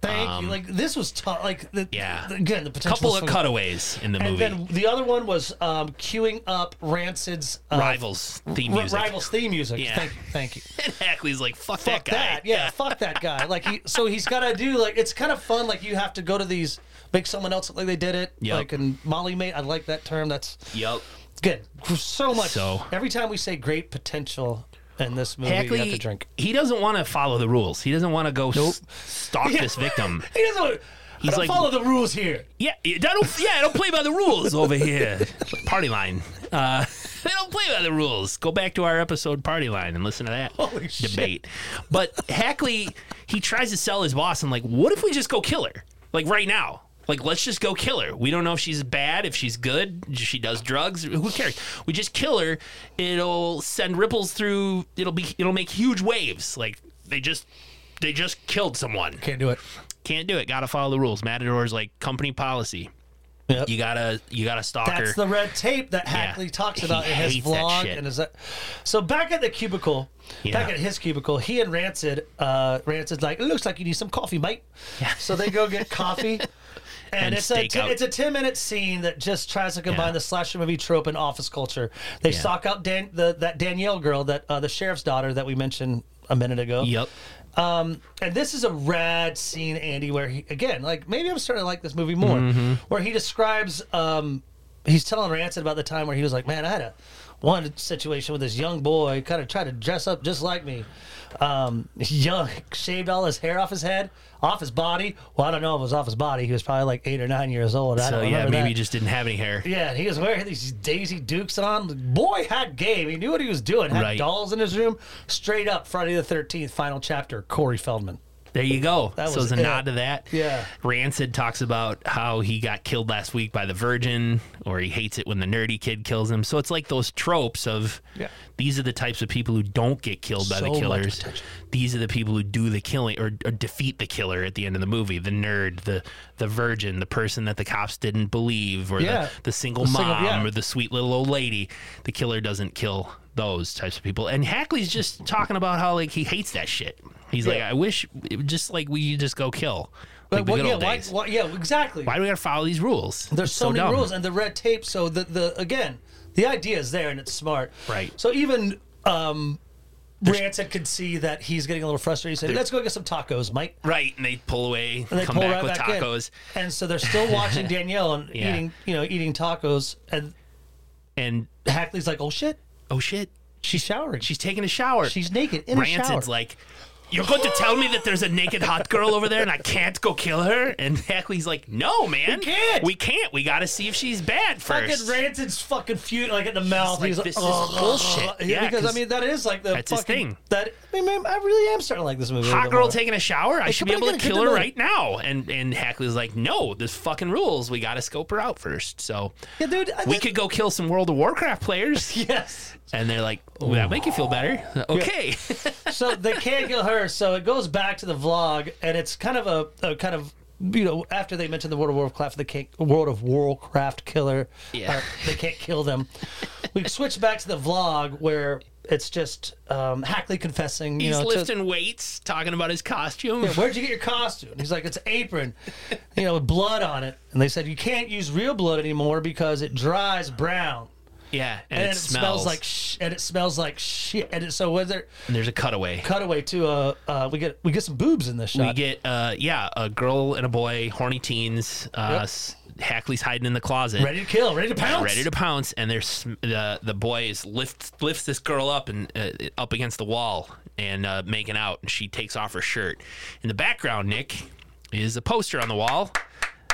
thank you. Like this was tough. Like the,
um, yeah.
again the potential.
couple
was
of
for-
cutaways in the
And
movie.
then the other one was um, queuing up Rancid's uh,
Rivals theme
Ri-
music. *laughs*
Rivals theme music.
Yeah.
Thank you. Thank you.
And Hackley's like, "Fuck,
fuck
that guy."
that. Yeah, fuck that guy. Like he, so he's got to do like it's kind of fun. Like you have to go to these, make someone else look like they did it.
Yep.
Like and Molly made. I like that term. That's
Yup.
it's good. There's so much.
So-
every time we say great potential in this movie, you have to
Hackley,
drink.
he doesn't want to follow the rules. He doesn't want to go s-
*laughs*
stalk this victim.
He doesn't. Want,
He's
I don't
like-
follow the rules here.
Yeah, I don't. Yeah, I don't play by the rules over here. Party line. Uh, *laughs* I don't play by the rules. Go back to our episode party line and listen to that
Holy
debate.
shit.
But Hackley, he tries to sell his boss. and like, what if we just go kill her? Like right now. Like let's just go kill her. We don't know if she's bad, if she's good, if she does drugs. Who cares? We just kill her. It'll send ripples through. It'll be. It'll make huge waves. Like they just. They just killed someone.
Can't do it.
Can't do it. Got to follow the rules. Matador's like company policy.
Yep.
You gotta you gotta stalk
That's
her.
the red tape that Hackley talks
He
about in his
hates that
vlog
shit.
and his. So back at the cubicle,
Yeah.
back at his cubicle, he and Rancid, uh, Rancid's like, it looks like you need some coffee, mate. So they go get
*laughs*
coffee. And,
And
it's a
stake
ten,
out.
it's a ten minute scene that just tries to combine
Yeah.
the slasher movie trope and office culture. They stalk out Dan, the, that Danielle girl, that uh, the sheriff's daughter that we mentioned a minute ago.
yep.
Um, and this is a rad scene, Andy, where he again, like maybe I'm starting to like this movie more,
Mm-hmm.
where he describes, um, he's telling Rancid about the time where he was like, "Man, I had a one situation with this young boy, kind of tried to dress up just like me, um, *laughs* young, shaved all his hair off his head, off his body. Well, I don't know if it was off his body. He was probably like eight or nine years old. I
So
don't
yeah,
remember
maybe
that.
you just didn't have any hair.
Yeah, and he was wearing these Daisy Dukes on. The boy had game. He knew what he was doing. Had
Right.
dolls in his room. Straight up Friday the Thirteenth, final chapter. Corey Feldman.
There you go.
That
so
was
it's a
it.
nod to that.
Yeah.
Rancid talks about how he got killed last week by the Virgin, or he hates it when the nerdy kid kills him. So it's like those tropes of
Yeah.
these are the types of people who don't get killed by
So
the
much
killers.
potential.
These are the people who do the killing or, or defeat the killer at the end of the movie. The nerd, the the virgin, the person that the cops didn't believe, or
Yeah.
the, the single
The
mom,
single- yeah.
or the sweet little old lady. The killer doesn't kill those types of people. And Hackley's just talking about how like he hates that shit. He's like, I wish it would just like we just go kill. Like the
Well,
good
yeah,
old
why,
days.
why, yeah, exactly.
Why do we gotta follow these rules?
There's
It's
so, many
dumb.
rules and the red tape. So the the again, the idea is there and it's smart.
Right.
So even um, Rancid can see that he's getting a little frustrated. He said, "Let's go get some tacos, Mike."
Right, and they pull away,
And they
come
pull
back
right
with
back
tacos,
in. And so they're still
*laughs*
watching Danielle and
Yeah.
eating, you know, eating tacos. And
and
Hackley's like, "Oh shit,
oh shit,
she's showering.
she's taking a shower.
She's naked in a shower.
Rancid's like, you're going to tell me that there's a naked hot girl over there and I can't go kill her? And Hackley's like, no, man.
We can't.
We can't. We got to see if she's bad first.
fucking Rancid's fucking feud like in the mouth.
like,
He's like,
this is
"Ugh."
bullshit.
Yeah,
Yeah,
because I
'cause
mean that is like the
that's his
fucking
thing.
That I mean, I really am starting to like this movie. a
hot
little
girl
more.
taking a shower. I should be
come
able
on,
to
get
kill
the
her
money.
right now. And and Hackley's like, no, there's fucking rules. We got to scope her out first. So
yeah, dude. I
we
did-
could go kill some World of Warcraft
*laughs*
players.
yes.
And they're like, would that make you feel better? Okay.
So they can't kill her. So it goes back to the vlog, and it's kind of a, a kind of. You know, after they mention the World of Warcraft, the can't, World of Warcraft killer,
Yeah.
uh, they can't kill them. we switch back to the vlog where it's just um, Hackley confessing. You
*laughs* He's
know, to-
lifting weights, talking about his costume.
Yeah, where'd you get your costume? He's like, it's apron, you know, with blood on it. And they said you can't use real blood anymore because it dries brown.
Yeah, and,
And,
it, smells.
like sh- and it smells like shit. And it, so was there
and there's a cutaway.
cutaway to uh, uh we get we get some boobs in this shot.
We get, uh, yeah, a girl and a boy, horny teens. Uh,
Yep.
s- Hackley's hiding in the closet,
ready to kill, ready to pounce.
ready to pounce, and there's sm- the the boy is lifts lifts this girl up and uh, up against the wall and uh, making out, and she takes off her shirt. In the background, Nick is a poster on the wall,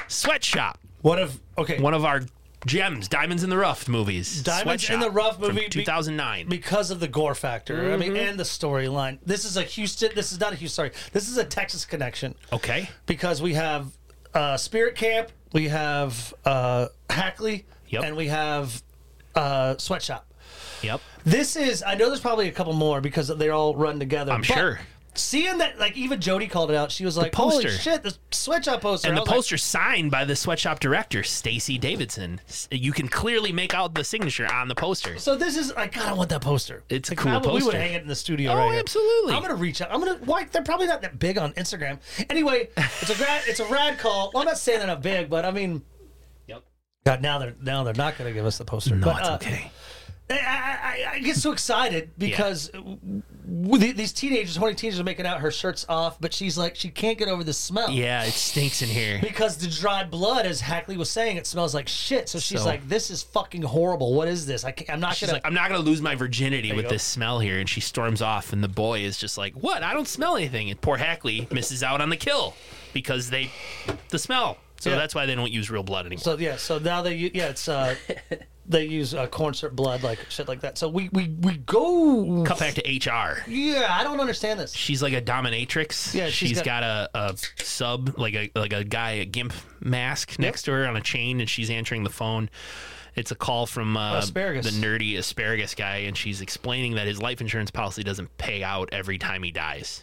sweatshop.
What if okay?
One of our Gems, Diamonds in the Rough movies.
Diamonds in
Sweatshop
the Rough
from
movie be-
2009.
because of the gore factor. I mean,
Mm-hmm.
and the storyline. This is a Houston. This is not a Houston. Sorry, this is a Texas connection
okay.
because we have uh, Spirit Camp, we have uh, Hackley,
Yep.
and we have uh, Sweatshop.
Yep.
This is. I know there's probably a couple more because they all run together.
I'm
but
sure.
Seeing that, like even Jody called it out. She was like,
poster.
"Holy shit, this sweatshop poster!"
And
I
the
was like,
poster signed by the sweatshop director, Stacy Davidson. S- You can clearly make out the signature on the poster.
So this is like God, I want that poster.
It's a
like,
cool
I would- We would
poster.
hang it in the studio.
Oh,
right here.
absolutely.
I'm gonna reach out. I'm gonna. Why they're probably not that big on Instagram. Anyway, it's a rad. it's a rad call. Well, I'm not saying they're not big, but I mean,
Yep.
God, now they're now they're not gonna give us the poster.
No,
but,
it's
uh,
okay.
I, I, I- I get so excited because w- w- the- these teenagers, horny teenagers, are making out her shirts off, but she's like she can't get over the smell.
Yeah, it stinks in here.
Because the dried blood, as Hackley was saying, it smells like shit. So she's
So-
like, "This is fucking horrible. What is this? I can't, I'm not
She's
gonna."
like, I'm not gonna lose my virginity with
go.
this smell here, and she storms off. And the boy is just like, "What? I don't smell anything." And poor Hackley misses out on the kill because they, the smell. So
Yeah.
that's why they don't use real blood anymore.
So yeah, so now they u- yeah it's
*laughs*
uh they use uh, corn syrup blood like shit like that. So we we we go
Cut back to HR.
yeah I don't understand this.
She's like a dominatrix.
Yeah, she's
she's
got-
got, a, a sub, like a like a guy, a gimp mask next to her on a chain, and she's answering the phone. It's a call from uh,
Asparagus.
the nerdy asparagus guy, and she's explaining that his life insurance policy doesn't pay out every time he dies.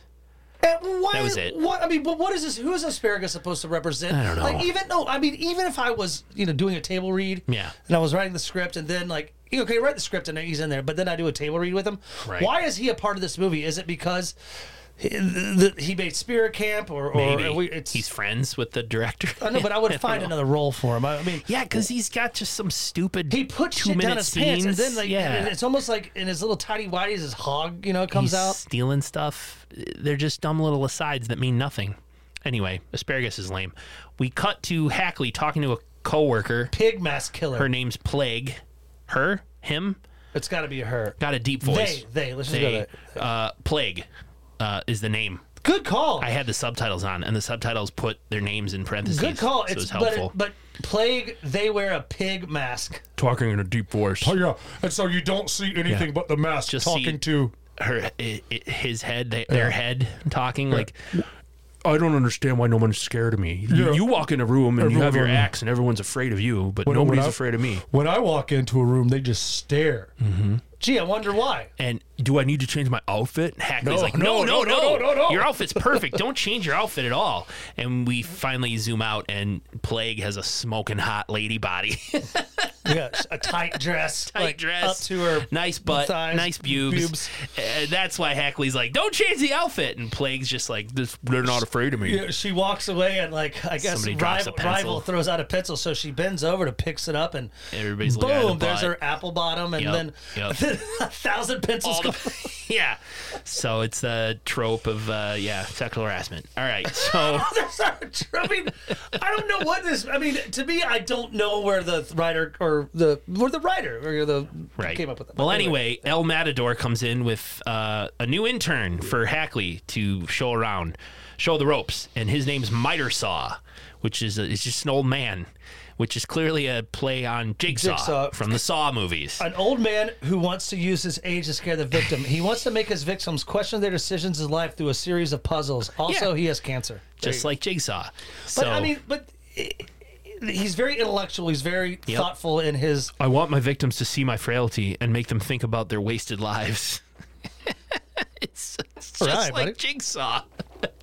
And why,
That was it.
What I mean, but what is this? Who is asparagus supposed to represent? I
don't know.
Like even no, I mean even if I was you know doing a table read,
Yeah.
and I was writing the script, and then like you know, okay, write the script, and he's in there, but then I do a table read with him.
Right.
Why is he a part of this movie? Is it because he, the, he made Spirit Camp, or, or
Maybe
we, it's?
he's friends with the director.
*laughs* I know, but I would find another role for him. I, I mean,
*laughs* Yeah, because he's got just some stupid.
he puts shit down
two-minute
his pants, and then
scenes.
like
Yeah.
and it's almost like in his little tidy whities, his hog, you know, comes
he's
out.
stealing stuff. They're just dumb little asides that mean nothing. Anyway, asparagus is lame. We cut to Hackley talking to a coworker.
Pig mask killer.
Her name's Plague. Her, him,
it's got to be her.
got a deep voice.
They, they. Let's just go
They,
there.
uh, Plague uh, is the name.
Good call.
I had the subtitles on, and the subtitles put their names in parentheses.
Good call.
So it
it's
was
but,
helpful.
but plague. They wear a pig mask.
talking in a deep voice.
Oh, yeah. And so you don't see anything but the mask
Just
talking
see-
to.
Her, i i his head, they, their head talking like
I don't understand why no one's scared of me.
Yeah.
You, you walk in a room and you have your
Everyone-
axe, and everyone's afraid of you, but
When- when
nobody's
I-
afraid of me.
When I walk into a room, they just stare.
Mm-hmm.
Gee, I wonder why.
And do I need to change my outfit? Hackney's
No,
like, no, no, no,
no, no, no, no, no."
Your outfit's perfect. Don't change your outfit at all. And we finally zoom out, and Plague has a smoking hot lady body. *laughs*
Yeah, *laughs* a tight dress.
Tight
like,
dress,
up to her.
nice butt,
thighs,
nice pubes.
pubes.
And that's why Hackley's like, don't change the outfit. And Plague's just like, this, they're not afraid of me.
Yeah, she walks away and like I guess
Somebody drops a
rival,
pencil.
rival throws out a pencil, so she bends over to picks it up and
Everybody's looking at the
boom. There's
butt. *laughs*
her apple bottom, and
Yep,
then,
yep.
then *laughs* a thousand pencils.
All
go- *laughs*
the- yeah. So it's the trope of, uh, yeah, sexual harassment. All right. So.
That's not true. I mean, I don't know what this. I mean, to me, I don't know where the writer or the where the writer or the
right.
came up with that.
Well, anyway, El Matador comes in with uh, a new intern for Hackley to show around, show the ropes, and his name's Miter Saw, which is a, it's just an old man, which is clearly a play on Jigsaw,
Jigsaw.
from the Saw movies.
an old man who wants to use his age to scare the victim. He wants to make his victims question their decisions in life through a series of puzzles. Also,
Yeah.
he has cancer.
just like Jigsaw. So,
But I mean, but eh, he's very intellectual. He's very thoughtful in his.
I want my victims to see my frailty and make them think about their wasted lives. *laughs* it's, it's just
right,
like
buddy.
Jigsaw.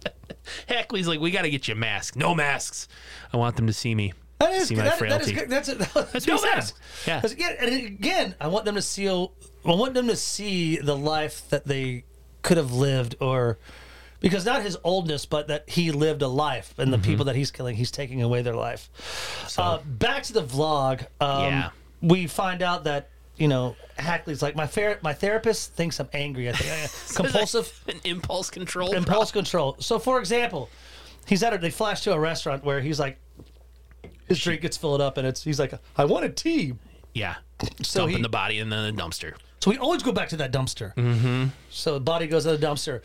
*laughs* Hackley's like, we got to get you a mask. No masks. I want them to see me.
That is
see my
that, *laughs* that is
frailty.
good. That's it. That's
what he said. Yeah.
Again, and again, I want them to see. I want them to see the life that they could have lived, or because not his oldness, but that he lived a life, and the
Mm-hmm.
people that he's killing, he's taking away their life. Uh, back to the vlog. Um,
Yeah.
We find out that you know Hackley's like my fair, my therapist thinks I'm angry. I
*laughs*
think I- compulsive *laughs*
an impulse control.
impulse control. So, for example, he's at a, they flash to a restaurant where he's like, his drink gets filled up, and it's he's like, I wanted tea.
yeah.
So
Dumping
he,
the body in the dumpster.
so we always go back to that dumpster. Mm-hmm. So the body goes to the dumpster.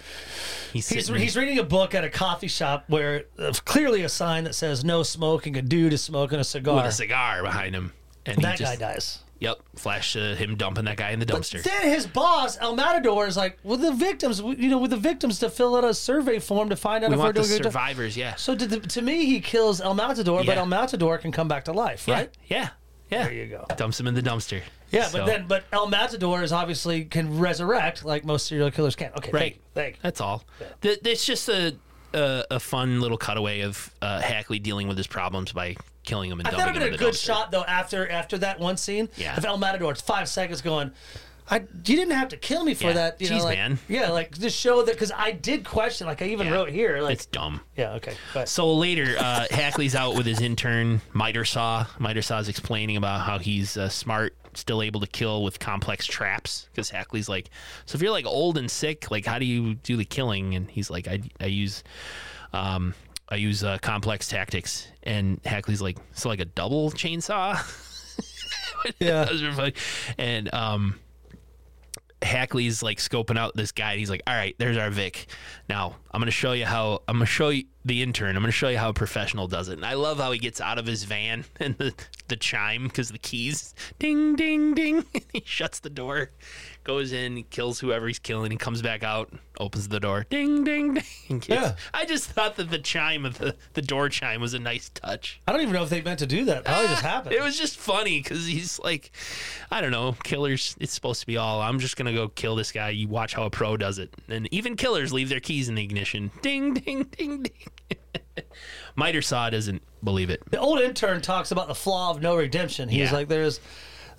He's,
He's,
sitting-
he's reading a book at a coffee shop where uh, clearly a sign that says no smoking. A dude is smoking a cigar.
with a cigar behind him. and
That
he just,
guy dies.
Yep, flash uh, him dumping that guy in the dumpster.
Then his boss, El Matador, is like, "Well, the victims, we- you know, with the victims to fill out a survey form to find out
we
if we're
want the
doing a good." job."
survivors. Yeah.
So to, the, to me, he kills El Matador, but
Yeah.
El Matador can come back to life,
yeah,
right?
Yeah. Yeah.
There you go.
Dumps him in the dumpster.
Yeah,
So,
but then, but El Matador is obviously can resurrect like most serial killers can. Okay,
Right.
Thank, thank.
That's all. Th- it's just a, a a fun little cutaway of uh, Hackley dealing with his problems by killing him and
I
dumping
thought it'd
him in
been a
the
good
dumpster.
shot though after after that one scene
Yeah.
of El Matador. It's five seconds going. I you didn't have to kill me for
Yeah.
that. You
Jeez,
know, like,
man.
Yeah, like just show that because I did question. Like I even
Yeah.
wrote here. Like
It's dumb.
yeah, okay. But
So later, uh, Hackley's out with his intern, Miter Saw. Miter Saw's explaining about how he's uh, smart, still able to kill with complex traps. Because Hackley's like, so if you're like old and sick, like how do you do the killing? And he's like, I, I use, um, I use uh, complex tactics. And Hackley's like, so like a double chainsaw. *laughs*
Yeah.
Those are fun. And um, Hackley's like scoping out this guy. And he's like, "All right, there's our Vic. Now I'm gonna show you how. I'm gonna show you the intern. I'm gonna show you how a professional does it." And I love how he gets out of his van *laughs* and the the chime because the keys ding ding ding. *laughs* he shuts the door, goes in, kills whoever he's killing. He comes back out, opens the door, ding ding *laughs* ding. It's-
Yeah.
I just thought that the chime of the the door chime was a nice touch.
I don't even know if they meant to do that. Probably just happened.
Eh, *laughs* It was just funny because he's like, I don't know, killers. It's supposed to be all. I'm just gonna go kill this guy. You watch how a pro does it, and even killers leave their keys in the ignition. Ding, ding, ding, ding. *laughs* Miter Saw doesn't believe it.
the old intern talks about the flaw of no redemption. He's
Yeah.
like, there's,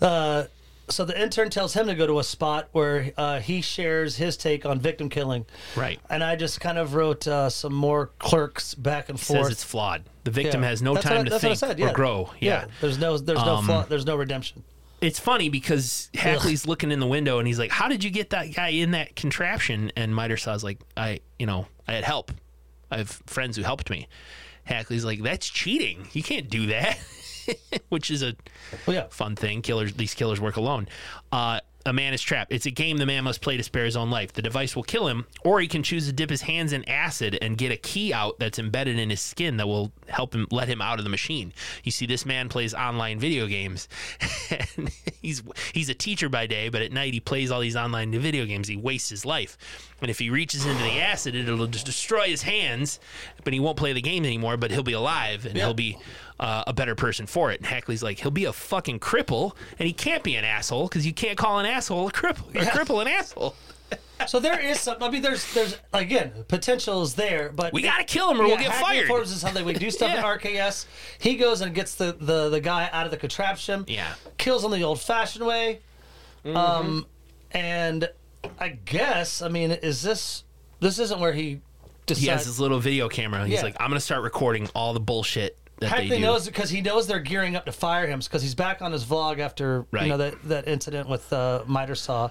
uh, so the intern tells him to go to a spot where uh, he shares his take on victim killing.
Right.
And I just kind of wrote uh, some more clerks back and forth.
Says it's flawed. The victim
Yeah.
has no
That's what I-
time to
that's what I
think
said,
or
yeah.
grow. Yeah. Um,
There's no, there's no flaw. There's no redemption.
it's funny because Hackley's looking in the window and he's like, "How did you get that guy in that contraption?" And Miter Saw's like, "I, you know, I had help. I have friends who helped me." Hackley's like, "That's cheating. You can't do that." *laughs* Which is a
Well, yeah.
fun thing. Killers, these killers work alone. Uh, a man is trapped. It's a game the man must play to spare his own life. The device will kill him, or he can choose to dip his hands in acid and get a key out that's embedded in his skin that will help him let him out of the machine. You see, this man plays online video games. *laughs* and he's he's a teacher by day, but at night he plays all these online video games. He wastes his life. And if he reaches into the acid, it'll just destroy his hands. But he won't play the game anymore. But he'll be alive, and he'll be uh, a better person for it. And Hackley's like, he'll be a fucking cripple, and he can't be an asshole because you can't call an asshole a cripple. A cripple an asshole.
So there is some. I mean, there's, there's again, potential is there, but
We gotta kill him, or we'll
Yeah,
get
Hackney
fired.
Forbes is something we do stuff
*laughs* Yeah.
at RKS. He goes and gets the, the, the guy out of the contraption.
Yeah. Mm-hmm.
Kills him the old fashioned way. Um, and I guess I mean is this this isn't where he decides.
He has his little video camera. and He's
Yeah.
like, I'm gonna start recording all the bullshit that they
Hackley
do.
knows because he knows they're gearing up to fire him because he's back on his vlog after
Right.
you know that, that incident with uh, miter saw.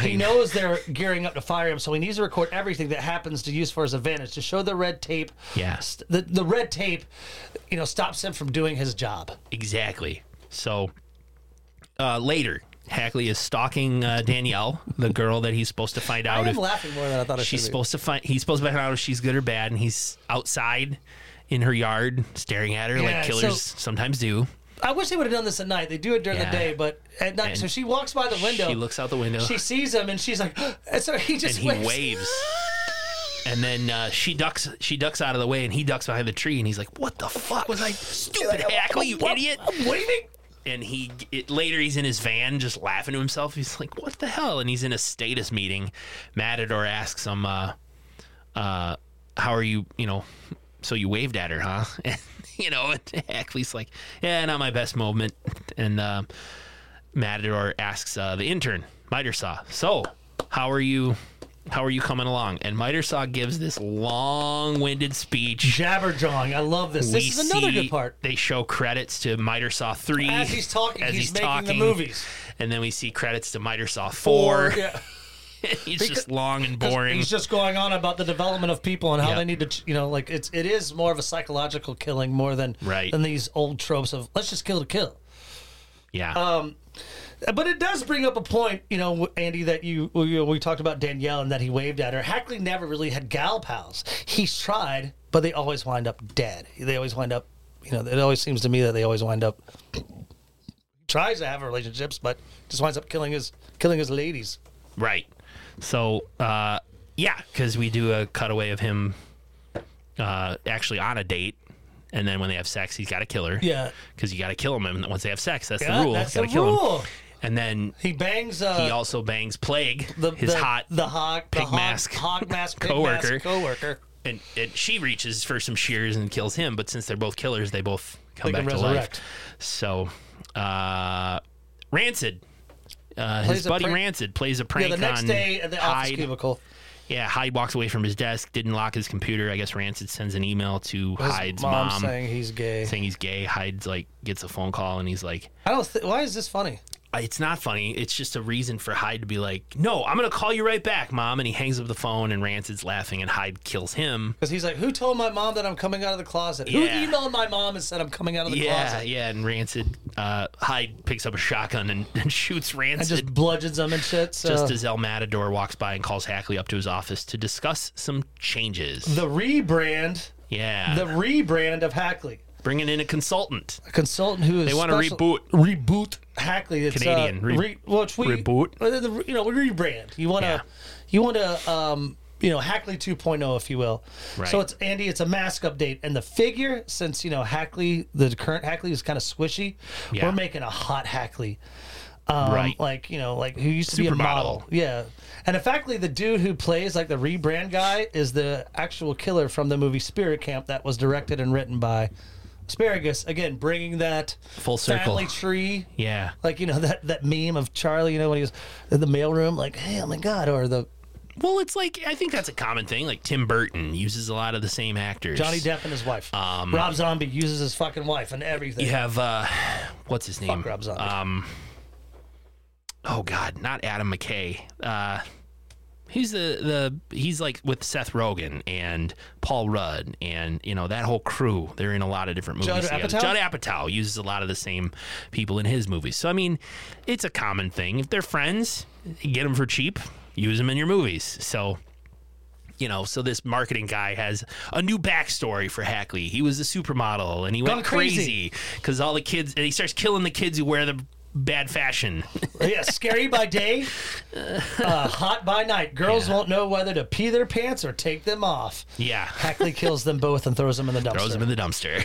He knows they're gearing up to fire him, so he needs to record everything that happens to use for his advantage to show the red tape.
Yeah.
st- the the red tape, you know, stops him from doing his job.
Exactly. So uh, later, Hackley is stalking uh, Danielle, the girl that he's supposed to find out
I am
if
laughing more than I thought I
she's
should. be.
supposed to find. He's supposed to find out if she's good or bad, and he's outside in her yard staring at her
Yeah,
like
so-
killers sometimes do.
I wish they would have done this at night. They do it during
Yeah.
the day, but at night. so
And
she walks by the window.
She looks out the window
She sees him and she's like, *gasps* and so he
and
just
he waves.
*laughs*
And then uh, she ducks. She ducks out of the way, and he ducks behind the tree. And he's like, "What the fuck was I, stupid Hackley, you idiot?"
I'm waiting.
and he it, later he's in his van just laughing to himself. He's like, "What the hell?" And he's in a status meeting. Matador asks him, uh, uh, "How are you? You know, so you waved at her, huh?" *laughs* And, you know, and Hackley's like, "Yeah, not my best moment." And um Matador asks uh, the intern, Miter Saw, "So, how are you?" How are you coming along? And Miter Saw gives this long-winded speech.
Jabberjawing. I love this.
We
this is another
see-
good part.
They show credits to Miter Saw 3.
As he's talking,
as
he's, making the
talking,
movies.
And then we see credits to Miter Saw 4. *laughs*
yeah.
he's just long and boring.
He's just going on about the development of people and how
Yeah.
they need to, ch- you know, like it's it is more of a psychological killing more than
Right.
than these old tropes of let's just kill to kill. Uh,
yeah.
um, But it does bring up a point, you know, Andy, that you we, you know, we talked about Danielle and that he waved at her. Hackley never really had gal pals. He's tried, but they always wind up dead. They always wind up, you know, it always seems to me that they always wind up tries to have relationships, but just winds up killing his killing his ladies.
Right. So, uh, yeah, because we do a cutaway of him uh, actually on a date. And then when they have sex, he's got to kill her.
Yeah.
Because you got to kill him. And once they have sex, that's
Yeah,
the rule.
that's
gotta
the
kill him.
rule.
And then
He bangs uh,
he also bangs Plague,
the,
his
the,
hot.
the hawk the
pig
hawk,
mask
hawk
*laughs*
mask pig
coworker.
mask coworker.
and, and she reaches for some shears and kills him. But since they're both killers, they both come
They
back
can
to
resurrect.
life. So, uh, Rancid. Uh,
Plays
his
a
buddy
prank-
Rancid plays a
Yeah,
prank
the next
on
day at the office
Hyde.
cubicle.
Yeah, Hyde walks away from his desk, didn't lock his computer. I guess Rancid sends an email to
His
Hyde's mom,
mom's saying he's gay.
saying he's gay. Hyde's like gets a phone call and he's like,
I don't. Th- why is this funny?
"It's not funny. It's just a reason for Hyde to be like, no, I'm gonna call you right back, mom." And he hangs up the phone, and Rancid's laughing, and Hyde kills him.
Because he's like, who told my mom that I'm coming out of the closet?
Yeah.
Who emailed my mom and said I'm coming out of the
yeah,
closet?
yeah. And Rancid, uh, Hyde picks up a shotgun and, *laughs* and shoots
And
Rancid.
just uh, bludgeons them and shit. So.
just as El Matador walks by and calls Hackley up to his office to discuss some changes.
the rebrand,
yeah.
the rebrand of Hackley,
bringing in a consultant.
a consultant who is
They want to
special-
reboot.
Reboot.
Hackley. It's,
Canadian.
uh,
Re-
re- well, it's we,
reboot.
uh, the- You know, we rebrand. You want to,
Yeah.
you want to, um, you know, Hackley 2.0, if you will.
Right.
So it's Andy. It's a mask update, and the figure, since you know Hackley, the current Hackley is kind of swishy.
Yeah.
We're making a hot Hackley. Um,
Right.
Like you know, like who used to be a
Supermodel.
model. Yeah. And in fact, like, the dude who plays like the rebrand guy is the actual killer from the movie Spirit Camp that was directed and written by Asparagus. Again, bringing that
Full circle.
family tree
Yeah.
like you know *laughs* that that meme of Charlie, you know when he was in the mailroom, like, "Hey, oh my god!" Or the
Well, it's like I think that's a common thing. Like Tim Burton uses a lot of the same actors.
Johnny Depp and his wife.
Um,
Rob Zombie uses his fucking wife and everything.
You have uh, what's his name?
Fuck Rob Zombie.
Um, oh God, not Adam McKay. Uh, he's the the he's like with Seth Rogen and Paul Rudd and you know that whole crew. They're in a lot of different movies.
Judd
together.
Apatow?
Judd Apatow uses a lot of the same people in his movies. So I mean, it's a common thing. If they're friends, you get them for cheap. Use them in your movies. So you know, so this marketing guy has a new backstory for Hackley. He was a supermodel and he went
Gone
crazy
crazy.
because all the kids, and he starts killing the kids who wear the bad fashion. *laughs*
yeah, scary by day, uh, hot by night. Girls won't know whether to pee their pants or take them off.
yeah.
Hackley kills them both and throws them in the dumpster.
Throws him in the dumpster.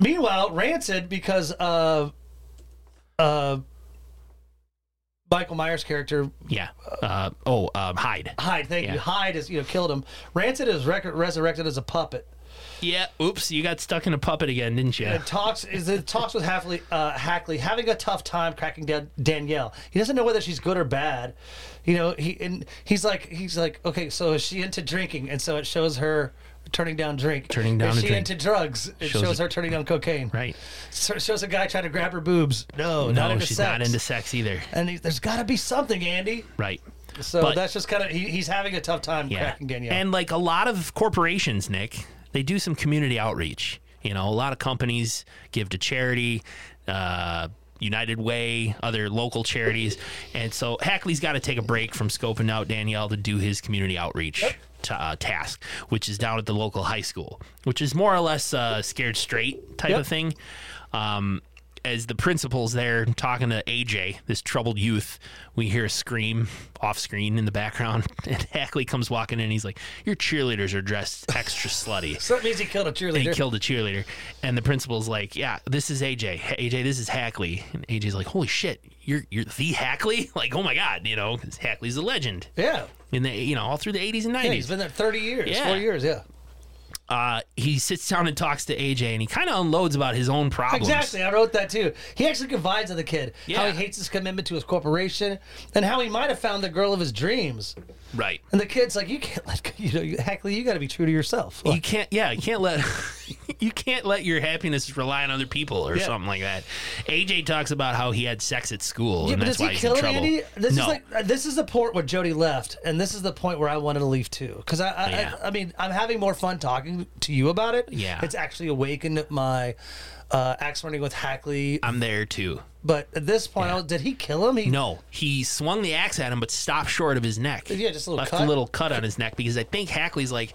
Meanwhile, Rancid, because uh, uh, Michael Myers' character
*laughs* yeah. Uh, oh, um, Hyde.
Hyde, thank
Yeah.
you, Hyde is you know killed him. Rancid is rec- resurrected as a puppet.
Yeah. Oops. You got stuck in a puppet again, didn't you?
It uh, talks is it talks with Hackley, uh, Hackley having a tough time cracking Dan- Danielle. He doesn't know whether she's good or bad. You know, he and he's like he's like okay, so is she into drinking? And so it shows her turning down drink.
Turning down
Is
a
she
drink.
into drugs? It
Shows
shows,
it-
her turning down cocaine.
Right.
So it shows a guy trying to grab her boobs. No, not
No,
into
she's
sex.
Oh, not into sex either.
And he, there's got to be something, Andy.
Right.
So
But-
that's just kind of he, he's having a tough time
Yeah.
cracking Danielle.
And like a lot of corporations, Nick, they do some community outreach. You know, a lot of companies give to charity, uh, United Way, other local charities. And so Hackley's got to take a break from scoping out Danielle to do his community outreach. ta- uh, task, which is down at the local high school, which is more or less uh, scared straight type
Yep.
of thing. Um, as the principal's there talking to AJ, this troubled youth, we hear a scream off screen in the background, *laughs* and Hackley comes walking in. He's like, "Your cheerleaders are dressed
*laughs*
extra slutty."
so that means he killed a cheerleader.
He killed a cheerleader, and the principal's like, "Yeah, this is AJ. AJ, this is Hackley." And AJ's like, "Holy shit, you're you're the Hackley? *laughs* Like, oh my god, you know, 'cause Hackley's a legend
yeah.
in the you know all through the 80s and 90s."
Yeah, he's been there 30 years,
Yeah.
40 years, yeah.
uh, he sits down and talks to AJ, and he kind of unloads about his own problems.
Exactly, I wrote that too. He actually confides in the kid how
Yeah.
he hates his commitment to his corporation and how he might have found the girl of his dreams.
Right.
And the kid's like, "You can't let go- you know, you- Hackley, you got to be true to yourself."
You can't. Yeah, you can't let *laughs* you can't let your happiness rely on other people or something like that. AJ talks about how he had sex at school,
yeah,
and
but
that's
does
why
he
he's
kill
in trouble.
Andy? This
no.
is like uh, this is the point where Jody left, and this is the point where I wanted to leave too. Because I, I,
Yeah.
I, I mean, I'm having more fun talking to you about it.
Yeah.
it's actually awakened my uh, axe running with Hackley.
I'm there too.
But at this point, I was- did he kill him? He
No, he swung the axe at him, but stopped short of his neck.
Yeah, just a little
left
cut.
a little cut on his neck because I think Hackley's like,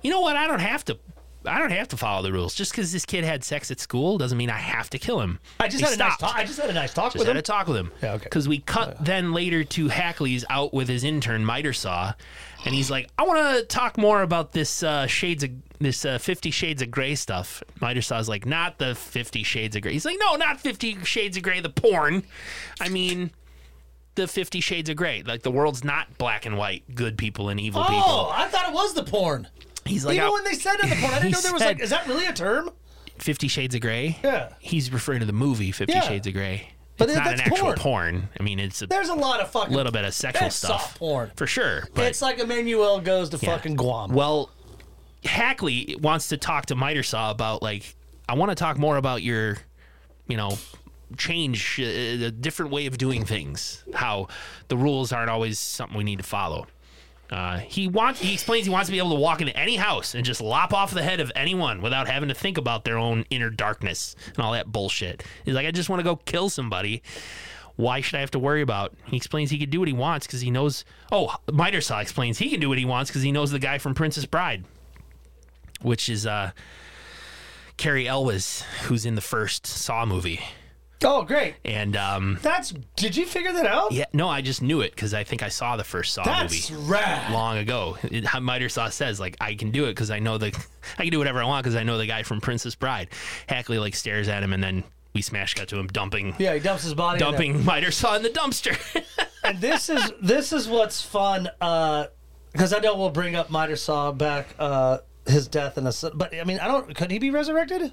you know what? I don't have to I don't have to follow the rules. Just because this kid had sex at school doesn't mean I have to kill him.
I just
They
had a
stopped.
nice talk. I just had a nice talk
Just
with
had
him.
a talk with him.
Yeah, okay.
Because we cut then later to Hackley's out with his intern Miter Saw, and he's like, "I want to talk more about this uh, Shades of this uh, Fifty Shades of Grey stuff." Miter Saw's like, "Not the Fifty Shades of Grey." He's like, "No, not Fifty Shades of Grey, the porn. I mean." The Fifty Shades of Grey, like the world's not black and white, good people and evil
oh,
people.
I thought it was the porn.
He's like,
Oh,
"Oh,
Even
"I-
when they said it, the porn, I didn't
He
know there was
said-
like, is that really a term?
Fifty Shades of Grey.
Yeah.
he's referring to the movie Fifty
Yeah.
Shades of Grey.
But
it's
then
not an
that's
actual
porn.
porn. I mean, it's a
There's a lot of fucking.
little bit of sexual
That's
stuff
soft porn.
for sure. But
It's like Emmanuel goes to
yeah.
fucking Guam.
Well, Hackley wants to talk to Miter Saw about like I want to talk more about your, you know, change uh, the different way of doing things. How the rules aren't always something we need to follow. Uh, he wants. He explains he wants to be able to walk into any house and just lop off the head of anyone without having to think about their own inner darkness and all that bullshit. He's like, I just want to go kill somebody. Why should I have to worry about? He explains he can do what he wants because he knows. Oh, Miter Saw explains he can do what he wants because he knows the guy from Princess Bride, which is uh, Carrie Elwes, who's in the first Saw movie.
Oh, great.
And um,
That's. Did you figure that out?
yeah, no, I just knew it because I think I saw the first Saw movie
That's rad.
long ago. It, how Miter Saw says, like, I can do it because I know the, *laughs* I can do whatever I want because I know the guy from Princess Bride. Hackley like stares at him and then we smash cut to him dumping,
Yeah, he dumps his body. in there.
dumping Miter Saw in the dumpster. *laughs*
And this is this is what's fun uh, because I know we'll bring up Miter Saw back uh, his death in a. s- But I mean, I don't. Could he be resurrected?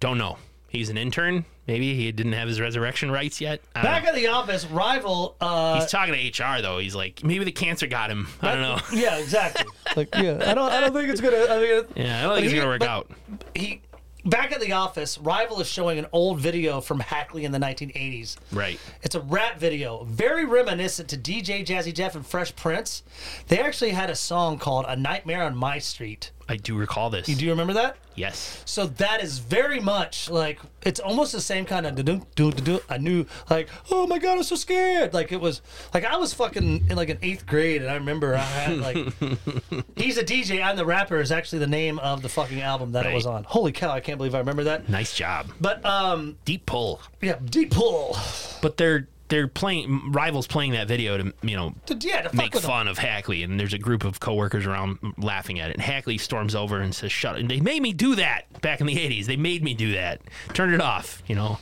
Don't know. He's an intern. Maybe he didn't have his resurrection rights yet. I don't
Back
know.
at the office, rival. Uh,
He's talking to HR though. He's like, maybe the cancer got him. I don't know.
*laughs*
*laughs*
yeah, exactly. like, yeah, I don't. I don't think it's gonna. I mean,
Yeah, I don't think it's
he-
gonna work
but-
out.
he back at the office, rival is showing an old video from Hackley in the 1980s.
Right.
It's a rap video, very reminiscent to DJ Jazzy Jeff and Fresh Prince. They actually had a song called "A Nightmare on My Street."
I do recall this.
Do you remember that?
Yes.
So that is very much like it's almost the same kind of do do do. I knew like oh my god I'm so scared. Like it was like I was fucking in like an eighth grade and I remember I had like
*laughs*
he's a DJ I'm the rapper is actually the name of the fucking album that it was
Right.
on. Holy cow I can't believe I remember that.
Nice job.
But um
Deep pull.
yeah deep pull
But they're they're playing rivals playing that video to you know
to, yeah to fuck
make
with him.
fun of Hackley, and there's a group of coworkers around laughing at it. And Hackley storms over and says, "Shut!" And they made me do that back in the '80s. They made me do that. Turn it off. You know,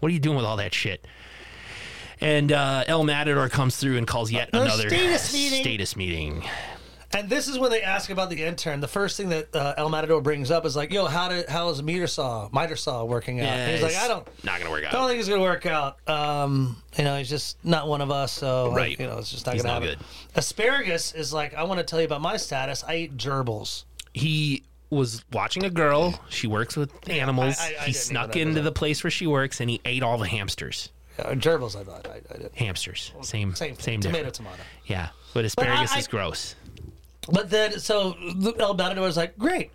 what are you doing with all that shit? And uh, El Matador comes through and calls yet
Another
another
status meeting.
status meeting.
And this is when they ask about the intern. The first thing that uh, El Matador brings up is like yo how did how is meter saw miter saw working out? And Uh, he's like
Yes.
I don't.
Not gonna work out.
I don't think it's gonna work out. Um, you know, he's just not one of us, so like,
Right.
you know, it's just not
He's
gonna
not
happen.
good.
Asparagus is like, I want to tell you about my status. I eat gerbils.
he was watching a girl. She works with animals.
I- I- I
he
didn't
snuck
know that was
into the place where she works and he ate all the hamsters.
Uh, gerbils, I thought. I, I did.
Hamsters. Same.
Same,
Same.
thing. tomato,
difference.
tomato.
Yeah. But asparagus
I-
is gross.
But then, so the- El Matador is like, great.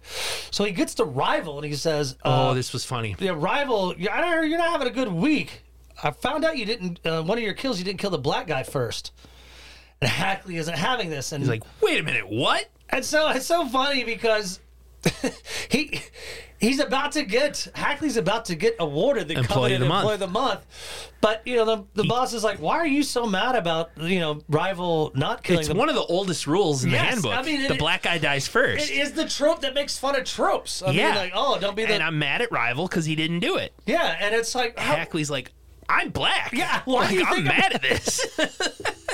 So he gets to rival and he says,
Oh,
uh,
this was funny.
the rival, you're, I heard you're not having a good week. I found out you didn't. Uh, one of your kills, you didn't kill the black guy first. And Hackley isn't having this, and
He's like, wait a minute, what?
And so it's so funny because *laughs* he he's about to get Hackley's about to get awarded the
Employee
coveted
of the month.
employee of the month, but you know the, the boss is like, why are you so mad about you know rival not killing
It's
the
one of the oldest rules in the
Yes,
handbook.
I mean,
the
it-
black guy dies first.
it is the trope that makes fun of tropes. I
Yeah.
mean, like oh, don't be the
and I'm mad at Rival because he didn't do it.
yeah, and it's like how- *laughs*
Hackley's like, I'm black.
Yeah, why do
Like,
you
I'm
think
mad at this. *laughs*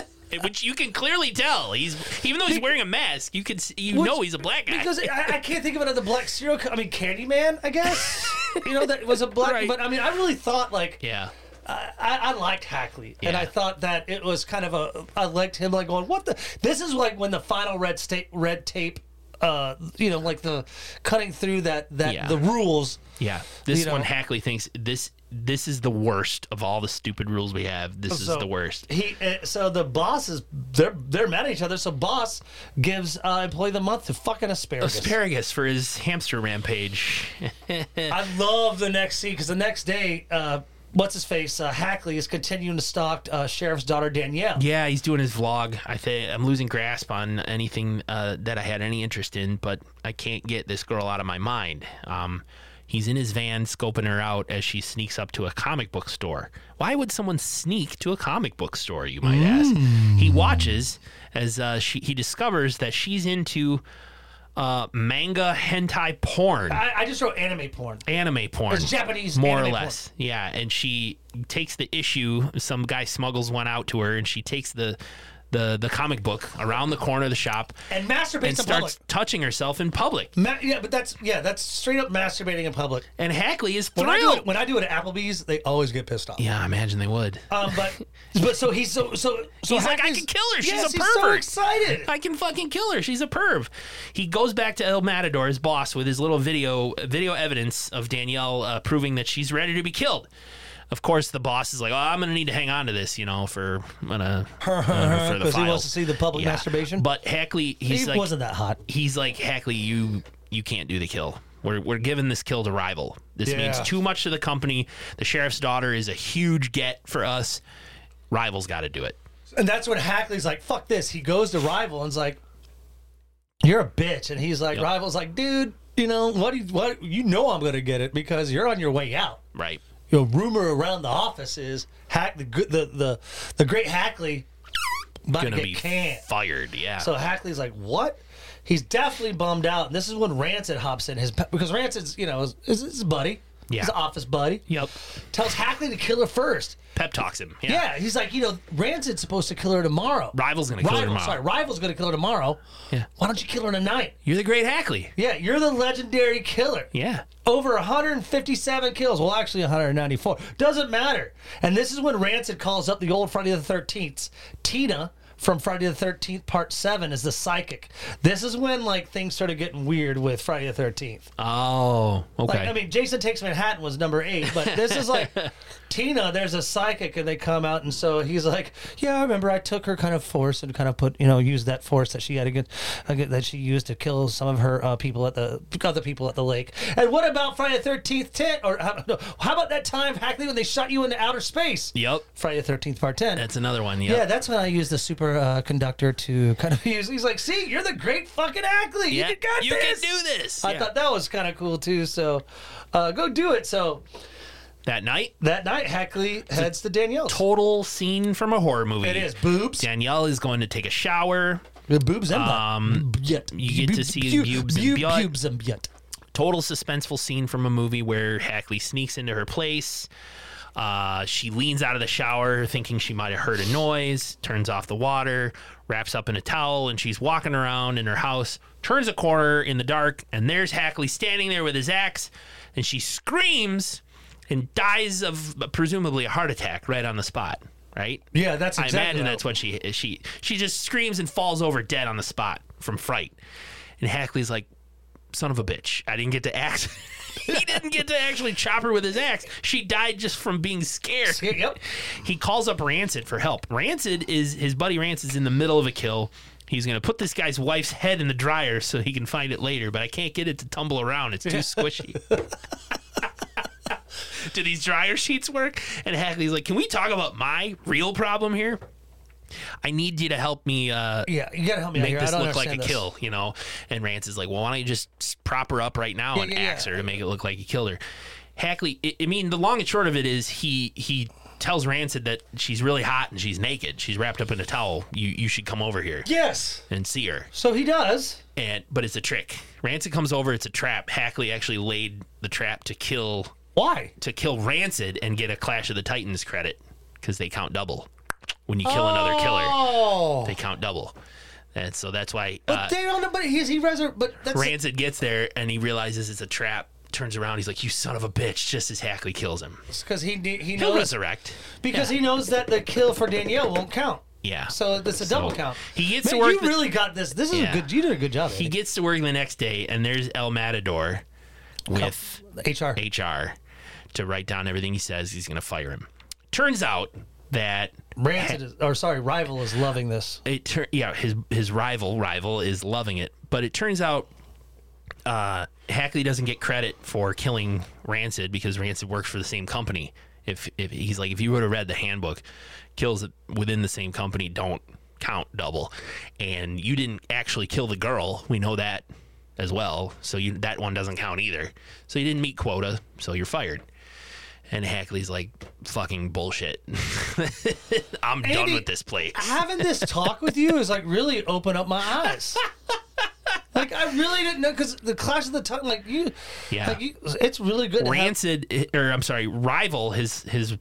Which you can clearly tell. He's even though he's wearing a mask, you can s- you
Which-
know he's a black guy.
because I, I can't think of another black serial. co- I mean, Candyman, I
*laughs*
guess. you know that was a black,
Right.
but I mean, I really thought like
yeah.
I, I liked Hackley, and
Yeah.
I thought that it was kind of a. I liked him like going, "What the?" This is like when the final red state red tape, uh, you know, like the cutting through that that
Yeah.
the rules.
Yeah. This
You
one
know.
Hackley thinks this this is the worst of all the stupid rules we have. This
Oh, So
is the worst.
He uh, so the boss is they're they're mad at each other. So boss gives uh, employee of the month to fucking asparagus.
Asparagus for his hamster rampage.
I love the next scene because the next day. Uh, what's his face uh, Hackley is continuing to stalk uh, Sheriff's daughter Danielle.
Yeah, he's doing his vlog. I think I'm losing grasp on anything uh, that I had any interest in, but I can't get this girl out of my mind. Um, he's in his van scoping her out as she sneaks up to a comic book store. Why would someone sneak to a comic book store? You might ask. He watches as uh, she, he discovers that she's into uh, manga hentai porn
I, I just wrote anime porn.
anime porn.
It's Japanese
more or
anime
less. Yeah, and she takes the issue. Some guy smuggles one out to her, and she takes the the the comic book around the corner of the shop
And masturbates in
and starts touching herself in public.
public. Ma- yeah, but that's yeah, that's straight up masturbating in public.
And Hackley is
When I do
thrilled.
it, when I do it at Applebee's, they always get pissed off.
yeah, I imagine they would.
Um, but but so he's so
*laughs*
so so
He's like, I
Hackley's-
can kill her. She's
Yes,
a
he's so
pervert. *laughs*
excited.
I can fucking kill her. She's a perv. He goes back to El Matador, his boss, with his little video video evidence of Danielle uh, proving that she's ready to be killed. Of course, the boss is like, "Oh, I'm gonna need to hang on to this, you know, for I'm gonna
*laughs*
uh, for the
Because he
files."
wants to see the public
Yeah.
masturbation.
But Hackley, he's
he
like,
wasn't that hot.
he's like Hackley, you you can't do the kill. We're we're giving this kill to rival. This means
Yeah.
too much to the company. The sheriff's daughter is a huge get for us. Rival's got to do it.
And that's when Hackley's like, fuck this. He goes to Rival and's like, you're a bitch. And he's like, Rival's like, dude, you know, what do you, what, you know, I'm going to get it because you're on your way out.
Right.
You know, rumor around the office is Hack, the, good- the, the, the great Hackley about to
Gonna
get
be
canned.
fired. Yeah.
So Hackley's like, what? He's definitely bummed out. And this is when Rancid hops in his, pe- because Rancid's, you know, is, is his buddy.
Yeah.
His office buddy.
Yep.
Tells Hackley to kill her first.
Pep talks him. Yeah.
Yeah, he's like, you know, Rancid's supposed to kill her tomorrow.
Rival's gonna kill
Rival,
her tomorrow.
Sorry, Rival's gonna kill her tomorrow.
Yeah.
Why don't you kill her tonight?
You're the great Hackley.
Yeah, you're the legendary killer.
Yeah.
Over 157 kills. Well, actually 194. Doesn't matter. And this is when Rancid calls up the old Friday the 13th. Tina from Friday the 13th Part 7 is the psychic. This is when like things started getting weird with Friday the 13th.
Oh. Okay.
Like, I mean, Jason Takes Manhattan was number eight, but this is
*laughs*
like Tina. There's a psychic, and they come out, and so he's like, "Yeah, I remember. I took her kind of force and kind of put, you know, used that force that she had against against- that she used to kill some of her uh, people at the other people at the lake." And what about Friday the Thirteenth Tent? Or how, no, how about that time Hackley when they shot you into outer space?
yep.
Friday the Thirteenth Part Ten.
That's another one. Yep.
yeah, that's when I used the super uh, conductor to kind of *laughs* use. He's like, "See, you're the great fucking Hackley.
Yeah.
You got
You
this.
can do this.
I
Yeah.
thought that was kind of cool too. So, uh, go do it. So
that night,
that night, Hackley heads to Danielle's.
total scene from a horror movie.
it is boobs.
Danielle is going to take a shower.
The boobs and butt.
Um,
Yet.
you get to see boobs and butt.
Boobs and butt.
total suspenseful scene from a movie where Hackley sneaks into her place. Uh, she leans out of the shower thinking she might have heard a noise, turns off the water, wraps up in a towel, and she's walking around in her house, turns a corner in the dark, and there's Hackley standing there with his axe, and she screams and dies of presumably a heart attack right on the spot, right?
Yeah, that's exactly.
I imagine
how-
that's what she she she just screams and falls over dead on the spot from fright. And Hackley's like, "Son of a bitch! I didn't get to act. *laughs* he didn't get to actually chop her with his axe. She died just from being scared."
Yep.
He calls up Rancid for help. Rancid is his buddy. Rancid's in the middle of a kill. He's gonna put this guy's wife's head in the dryer so he can find it later, but I can't get it to tumble around. It's too squishy. *laughs* Do these dryer sheets work? And Hackley's like, "Can we talk about my real problem here? I need you to help me uh,
Yeah, you gotta help me out
make
here.
this
I don't
look like a
understand this.
kill, you know? And Rance is like, well, why don't you just prop her up right now and
yeah,
axe
yeah.
her to make it look like you killed her? Hackley, I, I mean, the long and short of it is he he tells Rancid that she's really hot and she's naked. She's wrapped up in a towel. You you should come over here
Yes.
and see her.
So he does.
And but it's a trick. Rancid comes over. It's a trap. Hackley actually laid the trap to kill
Why?
to kill Rancid and get a Clash of the Titans credit because they count double when you kill another killer.
Oh.
They count double, and so that's why.
but
uh,
they don't know. But he's he reser. But that's
Rancid gets there and he realizes it's a trap. Turns around, he's like, "You son of a bitch!" Just as Hackley kills him,
because he ne- he
he'll
knows
resurrect.
because he knows that the kill for Danielle won't count.
Yeah.
So that's a double
So
count.
he gets
Man,
to work
You
the-
really got this. This is
Yeah.
a good. You did a good job.
He gets to work the next day, and there's El Matador with
Andy. HR.
HR to write down everything he says. He's going to fire him. Turns out that
Rancid is, or sorry, Rival is loving this.
it tur- yeah his his rival rival is loving it, but it turns out uh, Hackley doesn't get credit for killing Rancid because Rancid works for the same company. If if he's like, if you would have read the handbook, kills within the same company don't count double, and you didn't actually kill the girl. We know that as well, so you that one doesn't count either. So you didn't meet quota, so you're fired. And Hackley's like, fucking bullshit. *laughs* I'm done
Andy-
with this place.
having this talk with you is like really open up my eyes. Like I really didn't know because the Clash of the Tongue, like you,
Yeah.
like you, it's really good. to have-
Rancid, eh, or I'm sorry, Rival, his his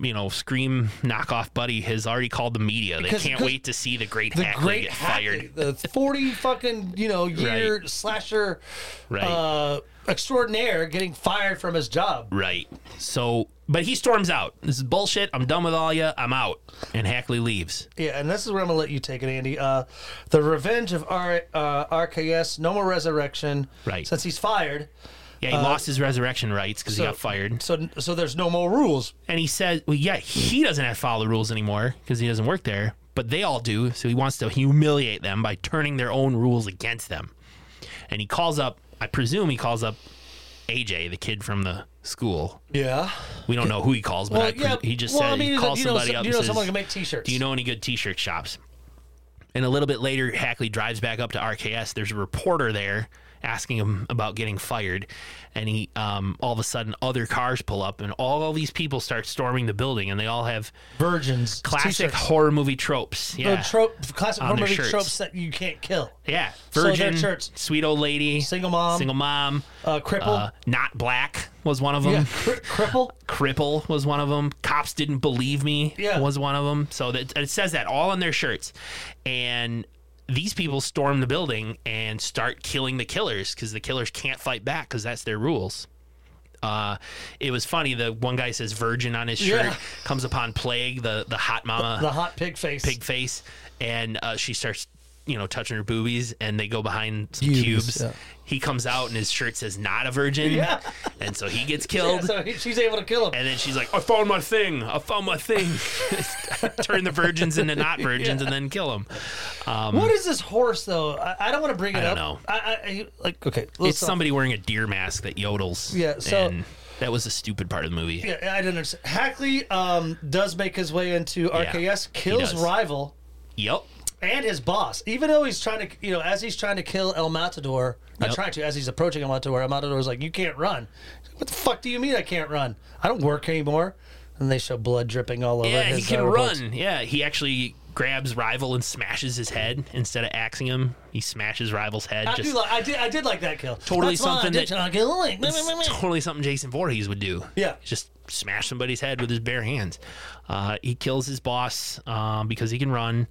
you know Scream knockoff buddy has already called the media. They
Because-
can't
because
wait to see the Great
the
Hackley
great
get
hack-
fired.
the forty fucking you know year slasher,
Right.
uh, extraordinaire getting fired from his job.
Right. So, but he storms out. This is bullshit. I'm done with all ya. I'm out. And Hackley leaves.
Yeah, and this is where I'm gonna let you take it, Andy. Uh, the revenge of R- uh, RKS, no more resurrection.
Right.
Since he's fired,
Yeah, he lost his resurrection rights because
Uh, so-
he got fired.
so so there's no more rules.
And he says, well, yeah, he doesn't have to follow the rules anymore because he doesn't work there, but they all do. So he wants to humiliate them by turning their own rules against them. And he calls up, I presume he calls up AJ, the kid from the school.
Yeah.
We don't know who he calls, but I pres- he just
well,
said
I mean,
he
you
calls
know,
somebody
some-
up.
You
and
know,
says,
someone can make T-shirts.
do you know any good t-shirt shops? And a little bit later, Hackley drives back up to RKS. There's a reporter there asking him about getting fired, and he um, all of a sudden other cars pull up, and all these people start storming the building, and they all have
virgins?
classic
t-shirts.
horror movie tropes.
The
Yeah,
trope, classic
On
horror
their
movie
shirts.
tropes that you can't kill.
yeah.
So their
Virgin,
shirts.
sweet old lady,
Single mom.
single mom,
Uh, cripple.
uh, um, not black was one of them.
yeah. Cri- cripple.
cripple was one of them cops didn't believe me
Yeah.
was one of them so that it says that all on their shirts and these people storm the building and start killing the killers because the killers can't fight back because that's their rules uh, it was funny the one guy says virgin on his shirt
Yeah.
comes upon plague the the hot mama
The hot pig face.
pig face, and uh, she starts, you know, touching her boobies, and they go behind some
Cubes,
cubes.
yeah.
He comes out, and his shirt says "not a virgin,"
Yeah.
and so he gets
Yeah, *laughs*
killed.
so he, she's able to kill him.
and then she's like, "I found my thing. I found my thing." *laughs* Turn the virgins into not virgins, and then kill Um, them.
What is this horse though? I, I don't want to bring it
I
up.
don't know.
I, I, I like okay.
It's
let's not-
somebody wearing a deer mask that yodels.
Yeah, so-
and that was the stupid part of the movie.
Yeah, I don't understand. Hackley um, does make his way into RKS, kills
does.
rival
Yep.
and his boss. Even though he's trying to, you know, as he's trying to kill El Matador, not
Yep.
trying to, as he's approaching El Matador, El Matador's like, "You can't run." He's like, what the fuck do you mean I can't run? I don't work anymore. And they show blood dripping all over.
Yeah, he
his,
can
uh, reports.
run. Yeah, he actually grabs rival and smashes his head instead of axing him. He smashes rival's head.
I
just
do like. I did. I did like that kill.
Totally
That's why I
something
did
that-
not kill him.
It's totally something Jason Voorhees would do.
Yeah.
Just smash somebody's head with his bare hands. Uh, he kills his boss um, because he can run.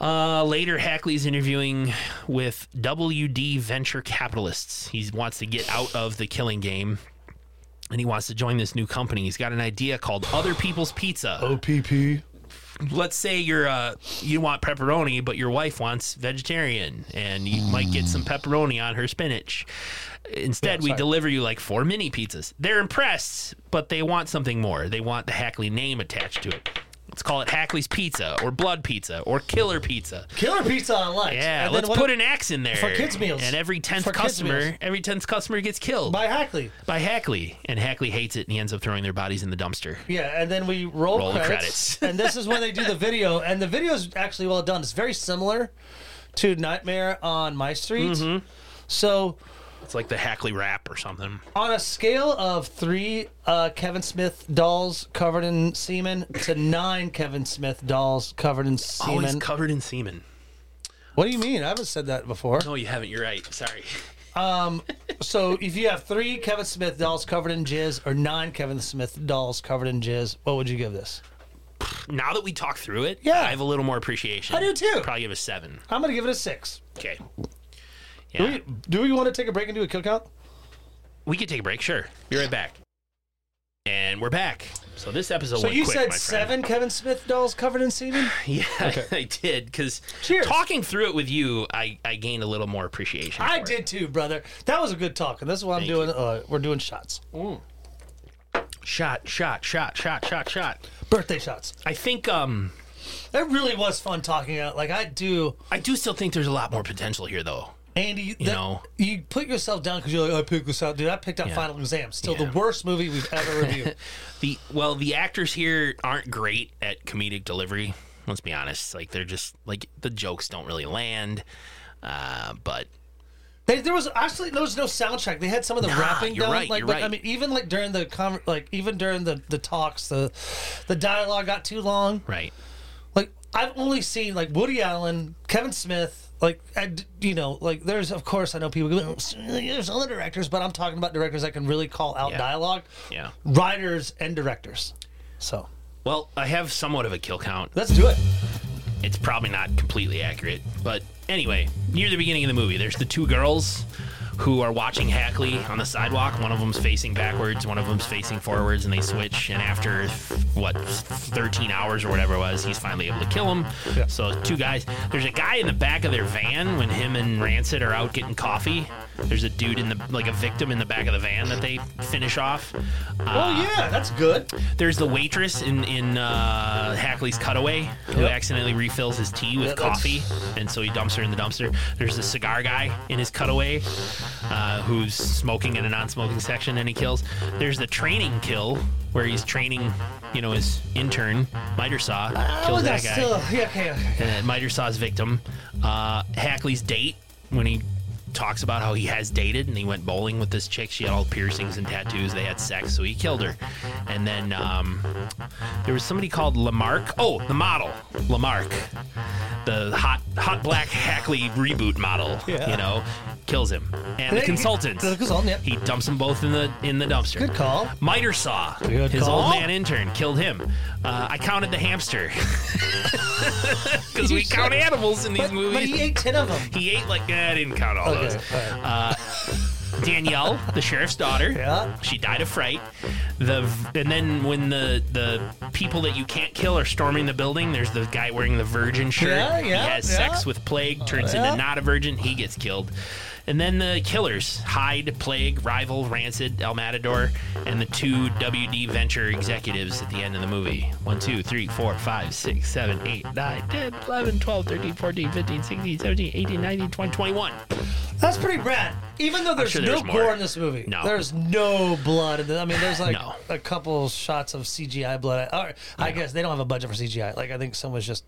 Uh, later, Hackley's interviewing with WD Venture Capitalists. He wants to get out of the killing game and he wants to join this new company. He's got an idea called Other People's Pizza.
Oh, OPP.
Let's say you're uh, you want pepperoni, but your wife wants vegetarian, and you might get some pepperoni on her spinach. Instead, we deliver you like four mini pizzas. They're impressed, but they want something more. They want the Hackley name attached to it. Let's call it Hackley's Pizza or Blood Pizza or Killer Pizza.
Killer pizza I liked. And
Yeah,
then
let's
what-
put an axe in there
For kids' meals.
And every tenth
For kids' meals.
customer, every tenth customer gets killed
by Hackley.
by Hackley, and Hackley hates it, and he ends up throwing their bodies in the dumpster.
Yeah, and then we roll,
Roll the
credits,
credits.
and this is when they
*laughs*
do the video, and the video is actually well done. It's very similar to Nightmare on My Street.
Mm-hmm.
So,
It's like the Hackley rap or something.
on a scale of three uh, Kevin Smith dolls covered in semen to nine Kevin Smith dolls covered in
Always
semen,
covered in semen.
what do you mean? I haven't said that before.
No, you haven't. You're right. Sorry.
So, if you have three Kevin Smith dolls covered in jizz or nine Kevin Smith dolls covered in jizz, what would you give this?
Now that we talk through it,
Yeah.
I have a little more appreciation.
I do too.
Probably give a seven.
I'm gonna give it a six.
Okay.
Do
Yeah.
we,
We,
do we want to take a break and do a kill count?
could take a break. Sure. Be right back. And we're back. So this episode.
So
went
you
quick,
said
my friend.
seven Kevin Smith dolls covered in
*sighs*
semen?
*laughs* Yeah, I did. Because
Cheers.
talking through it with you, I, I gained a little more appreciation.
I
for it.
did too, brother. That was a good talk, and this is what I'm doing. Uh, we're doing shots,
Shot, shot, shot, shot, shot, shot.
birthday shots.
I think um
That really was fun talking out. Like I do.
I do still think there's a lot more potential here, though.
Andy, you
know.
you put yourself down because you're like, "Oh, I picked this out, dude. I picked out Final Exam. Still
Yeah.
the worst movie we've
*laughs*
ever reviewed.
The well, the actors here aren't great at comedic delivery. Let's be honest; like they're just like the jokes don't really land. Uh, but
They, there was actually there was no soundtrack. They had some of the
Nah,
rapping
you're
done.
right,
like,
you're
but I
right.
mean, even like during the con- like even during the the talks, the the dialogue got too long.
right,
Like I've only seen like Woody Allen, Kevin Smith. Like I, d- you know, like there's of course I know people. Go, "Oh, there's other directors, but I'm talking about directors that can really call out
Yeah.
dialogue,
yeah.
writers and directors. So
Well, I have somewhat of a kill count.
let's do it. Oh,
It's probably not completely accurate, but anyway, near the beginning of the movie, there's the two girls who are watching Hackley on the sidewalk. One of them's facing backwards, one of them's facing forwards, and they switch. And after what, 13 hours or whatever it was, he's finally able to kill him. So two guys. There's a guy in the back of their van when him and Rancid are out getting coffee. There's a dude in the like a victim in the back of the van that they finish off. Uh,
Oh yeah, that's good.
there's the waitress in in uh, Hackley's cutaway who
Yep.
accidentally refills his tea with
Yeah, that's-
coffee, and so he dumps her in the dumpster. There's the cigar guy in his cutaway uh, who's smoking in a non-smoking section, and he kills. There's the training kill where he's training, you know, his intern miter saw
oh,
kills that
that's
guy,
still yeah, okay. okay.
and miter saw's victim. Uh, Hackley's date when he. Talks about how he has dated and he went bowling with this chick. She had all piercings and tattoos. They had sex, so he killed her. And then um, there was somebody called Lamarck. Oh, the model, Lamarck, the hot, hot black Hackley reboot model.
Yeah.
You know, kills him. And the
Hey,
consultant.
the consultant, yeah.
He dumps them both in the in the dumpster.
Good call.
Miter saw
Good
his
call.
old man intern killed him. Uh, I counted the hamster *laughs* because we count animals in these
But,
movies.
but he ate ten of them.
He ate like eh, I didn't count all
Okay, Uh,
those.
all right.
Danielle, the sheriff's daughter.
Yeah.
She died of fright. The and then when the the people that you can't kill are storming the building, there's the guy wearing the virgin shirt.
Yeah,
he
yeah,
has
yeah. Oh,
sex with plague, turns
yeah.
into not a virgin, he gets killed. And then the killers, Hyde, Plague, Rival, Rancid, El Matador, and the two WD Venture executives at the end of the movie. 1, 2, 3, 4, 5, 6, 7, 8, 9, 10, 11, 12, 13, 14, 15, 16, 17, 18, 19, 20, 21.
That's pretty rad. Even though there's
sure
no
there's more.
gore in this movie,
No.
there's no blood. In the, I mean, there's like
No.
a couple shots of CGI blood. All right, I guess they don't have a budget for CGI. Like I think someone's just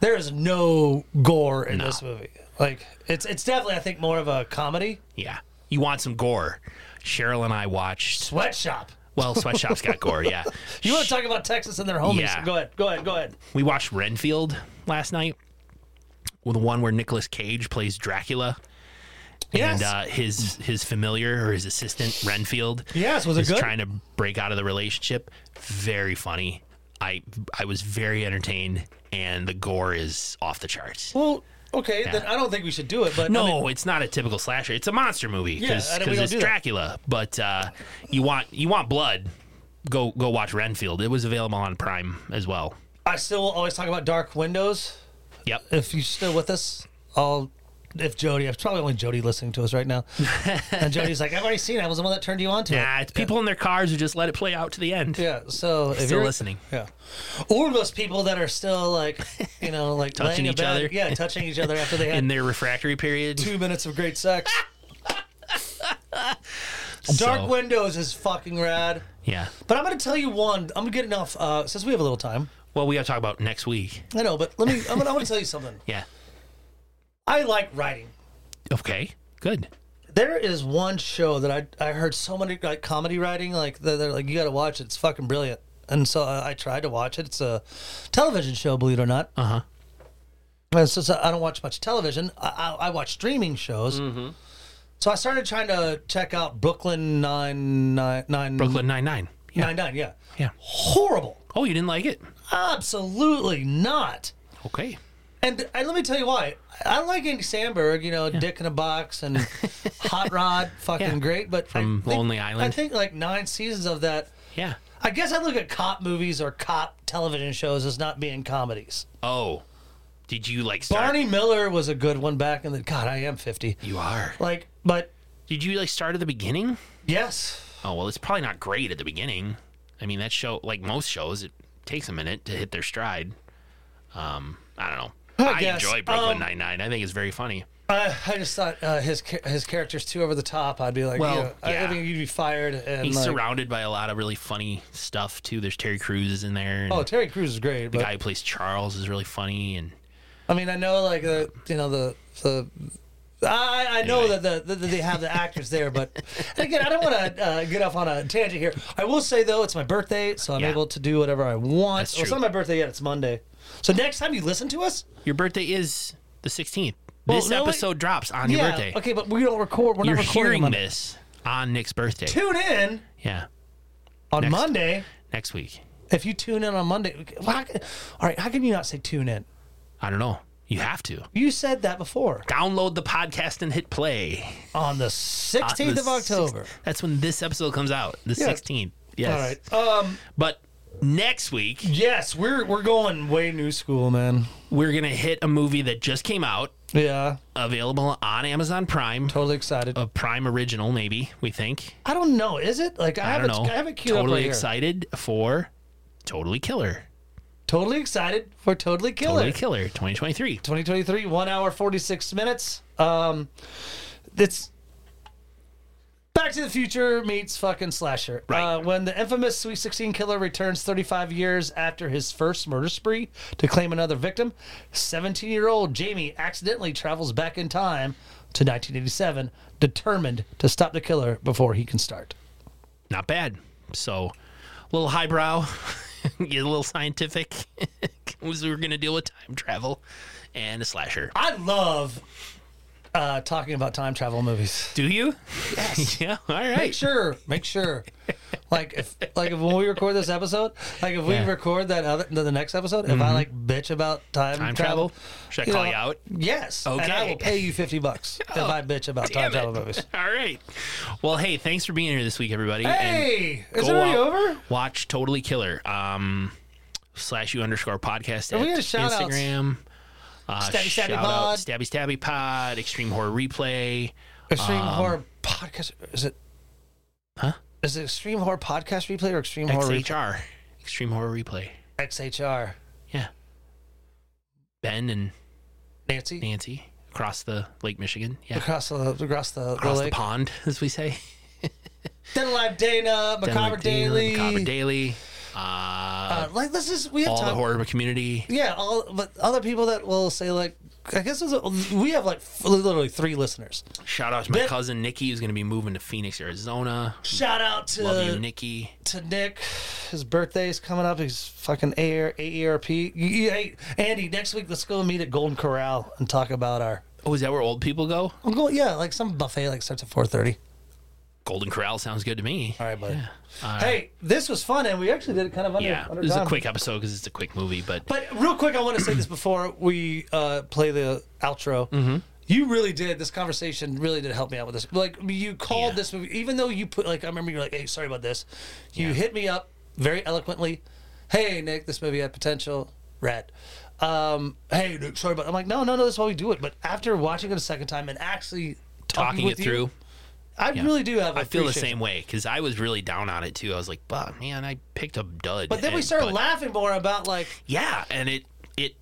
there is no gore in this movie. Like it's it's definitely I think more of a comedy
Yeah. You want some gore. Cheryl and I watched.
sweatshop.
Well, Sweatshop's got gore, yeah.
*laughs* You want to talk about Texas and their homies?
Yeah.
Go ahead, go ahead, go ahead.
We watched Renfield last night, with the one where Nicolas Cage plays Dracula.
Yes,
And uh, his his familiar or his assistant Renfield,
Yes, was it
is
good?
Trying to break out of the relationship, very funny. I I was very entertained, and the gore is off the charts.
well, okay, then I don't think we should do it. But I
No,
mean,
it's not a typical slasher. It's a monster movie because
I know we don't
it's
do that.
Dracula. But uh, you want you want blood? Go go watch Renfield. It was available on Prime as well.
I still will always talk about Dark Windows.
Yep.
if you're still with us, I'll. If Jody, it's probably only Jody listening to us right
*laughs*
now. and Jody's like, I've already seen it. I was the one that turned you on to
Nah,
it.
Uh, it's people in their cars who just let it play out to the end.
Yeah. So if
Still
you're
listening.
Yeah. Or those people that are still like, you know, like
*laughs* Touching
laying
each
about-
other.
Yeah, touching each other
*laughs*
after they had
In their refractory period.
two minutes of great
*laughs*
sex.
So,
Dark Windows is fucking rad.
Yeah.
But I'm going to tell you one. I'm getting off uh, since we have a little time.
Well, we got to talk about next week.
I know, but let me. I'm going to tell you something.
Yeah.
I like writing.
Okay. Good.
There is one show that I I heard so many like comedy writing like they're, they're like you got to watch it. It's fucking brilliant. And so I, I tried to watch it. It's a television show, believe it or not.
Uh huh.
And since I don't watch much television, I, I, I watch streaming shows.
Mm-hmm.
So I started trying to check out Brooklyn Nine Nine Nine
Brooklyn Nine Nine. Yeah.
Nine Nine. Mm-hmm. Yeah,
Yeah.
horrible.
Oh, you didn't like it?
Absolutely not.
Okay.
And, and let me tell you why. I like Andy Sandberg, you know, Dick in a Box and Hot Rod, fucking
Yeah.
great. But
From
I think,
Lonely Island.
I think like nine seasons of that.
Yeah.
I guess I look at cop movies or cop television shows as not being comedies.
Oh. Did you like start?
Barney Miller was a good one back in the. God, I am 50.
You are.
Like, but
Did you like start at the beginning?
yes.
Oh well, it's probably not great at the beginning. I mean, that show, like most shows, it takes a minute to hit their stride. Um, I don't know.
I,
I
guess.
enjoy Brooklyn
Um,
Nine Nine. I think it's very funny.
I, I just thought uh, his cha- his character's too over the top. I'd be like,
Well,
you know, I- I
yeah.
think you'd be fired. And
He's
like,
surrounded by a lot of really funny stuff too. There's Terry Crews is in there. And
oh, Terry Crews is great.
the
but,
guy who plays Charles is really funny. And
I mean, I know like the you know the the. I, I know
Anyway.
that the, that they have the actors there, but and again, I don't want to uh, get off on a tangent here. I will say though, it's my birthday, so I'm
Yeah.
able to do whatever I want.
That's
Well, it's
true.
not my birthday yet; it's Monday. So next time you listen to us,
your birthday is the 16th.
Well,
this
no, it-
episode drops on your
yeah,
birthday.
okay, but we don't record. We're
You're
not recording
hearing
Monday.
this on Nick's birthday.
Tune in
Yeah,
on
Next.
Monday.
next week.
If you tune in on Monday, why, all right, how can you not say tune in?
I don't know. You have to
You said that before
download the podcast and hit play.
on the
on
16th
the
of October.
6th that's when this episode comes out. The
Yeah.
16th. Yes.
All right. Um,
But next week
yes, we're we're going way new school, man.
we're gonna hit a movie that just came out,
Yeah,
available on Amazon Prime,
totally excited.
a Prime original, maybe we think.
I don't know. Is it like I,
I,
have
don't
it?
know.
I have it queued
totally
up right here.
excited for Totally Killer.
Totally excited for Totally Killer.
Totally Killer 2023.
2023, one hour 46 minutes. Um, it's Back to the Future meets fucking slasher.
Right.
Uh, when the infamous Sweet 16 killer returns 35 years after his first murder spree to claim another victim, 17 year old Jamie accidentally travels back in time to 1987, determined to stop the killer before he can start.
Not bad. So a little highbrow, *laughs* get a little scientific. *laughs* 'cause we're gonna deal with time travel and a slasher.
I love uh, talking about time travel movies.
Do you? Yes. *laughs* yeah. All
make
right.
sure make sure like if like if when we record this episode like if we
Yeah. Mm-hmm.
record that other the, the next episode if i like bitch about time,
Time
travel,
travel. Should I call
know,
you out? *laughs*
yes okay and i
Okay. Oh.
will pay you 50 bucks if i bitch about time
Damn
travel
it. *laughs*
movies
All right. Well, hey, thanks for being here this week, everybody.
hey is it
go
already
out,
over
Watch Totally Killer. Um, slash you underscore podcast at
we gonna shout outs?
Instagram. Uh,
Stabby Stabby
shout out
Pod.
Stabby Stabby Pod. Extreme Horror Replay.
extreme horror podcast is it
Huh?
is it extreme horror podcast replay or extreme horror Replay?
XHR. Extreme Horror Replay.
xhr
Yeah. Ben and
nancy
Nancy across the Lake Michigan. Yeah.
across the across the, the
Across the
lake
pond, as we say.
then live dana macabre daily
Macabre Daily. Uh,
uh, like this is we have
all
time
the horror community.
Yeah, all but other people that will say like, I guess there's a- we have like f- literally three listeners.
Shout out to my
Ben-
cousin Nikki, who's going to be moving to Phoenix, Arizona.
Shout out
Love you,
to
Nikki.
to Nick. His birthday's coming up. He's fucking E AR, AERP. You- you- hey, Andy, next week let's go meet at Golden Corral and talk about our.
Oh, is that where old people go?
I'm going. Yeah, like some buffet like starts at four thirty.
Golden Corral sounds good to me.
All right, buddy.
All right.
Hey, this was fun, and we actually did it kind of under.
yeah,
under
this is a
time.
quick episode because it's a quick movie, but
But real quick, I want to say this before we uh, play the outro.
Mm-hmm.
You really did. This conversation really did help me out with this. Like you called
Yeah.
this movie, even though you put like I remember you're like, "Hey, sorry about this." You hit me up very eloquently. Hey, Nick, this movie had potential. Rat. Um, hey, Nick, sorry about. I'm like, no, no, no. That's why we do it. But after watching it a second time and actually talking,
talking it
with you,
through,
I really do have.
I feel the same way because I was really down on it too. I was like, "But man, I picked up dud."
But then we
and-
started
but-
laughing more about like
Yeah, and it it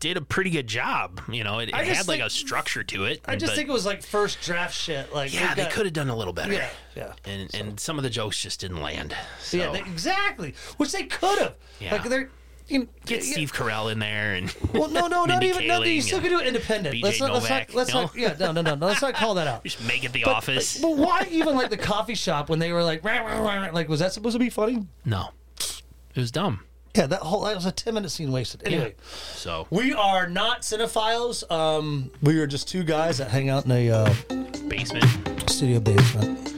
did a pretty good job. You know, it, it
I just
had like
think-
a structure to it.
I just
but
think it was like first draft shit. Like
yeah,
we've
they
got-
could have done a little better.
Yeah, yeah.
and and some of the jokes just didn't land. So
Yeah, they, exactly. Which they could have.
Yeah.
Like they're. You know,
get
yeah,
Steve Carell in there and
*laughs* Well, no,
*laughs*
no, not
Mindy
even. No, you
Kaling
still
and
can do it independent.
BJ
let's not. Let's not.
Novak,
Let's
no?
not. Yeah, no, no, no, no. Let's not call that
*laughs*
out.
just make it the office.
But why even like the coffee shop when they were like, rah, rah, rah, rah, like was that supposed to be funny?
no, it was dumb.
Yeah, that whole that was a ten minute scene wasted. Anyway,
So
we are not cinephiles. Um, we are just two guys that hang out in a uh,
basement.
studio basement.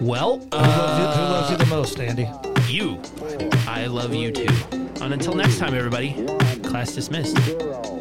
Well,
Who
uh,
loves, you, who loves you the most, Andy?
you. I love you too. And until next time, everybody. Class dismissed.
zero.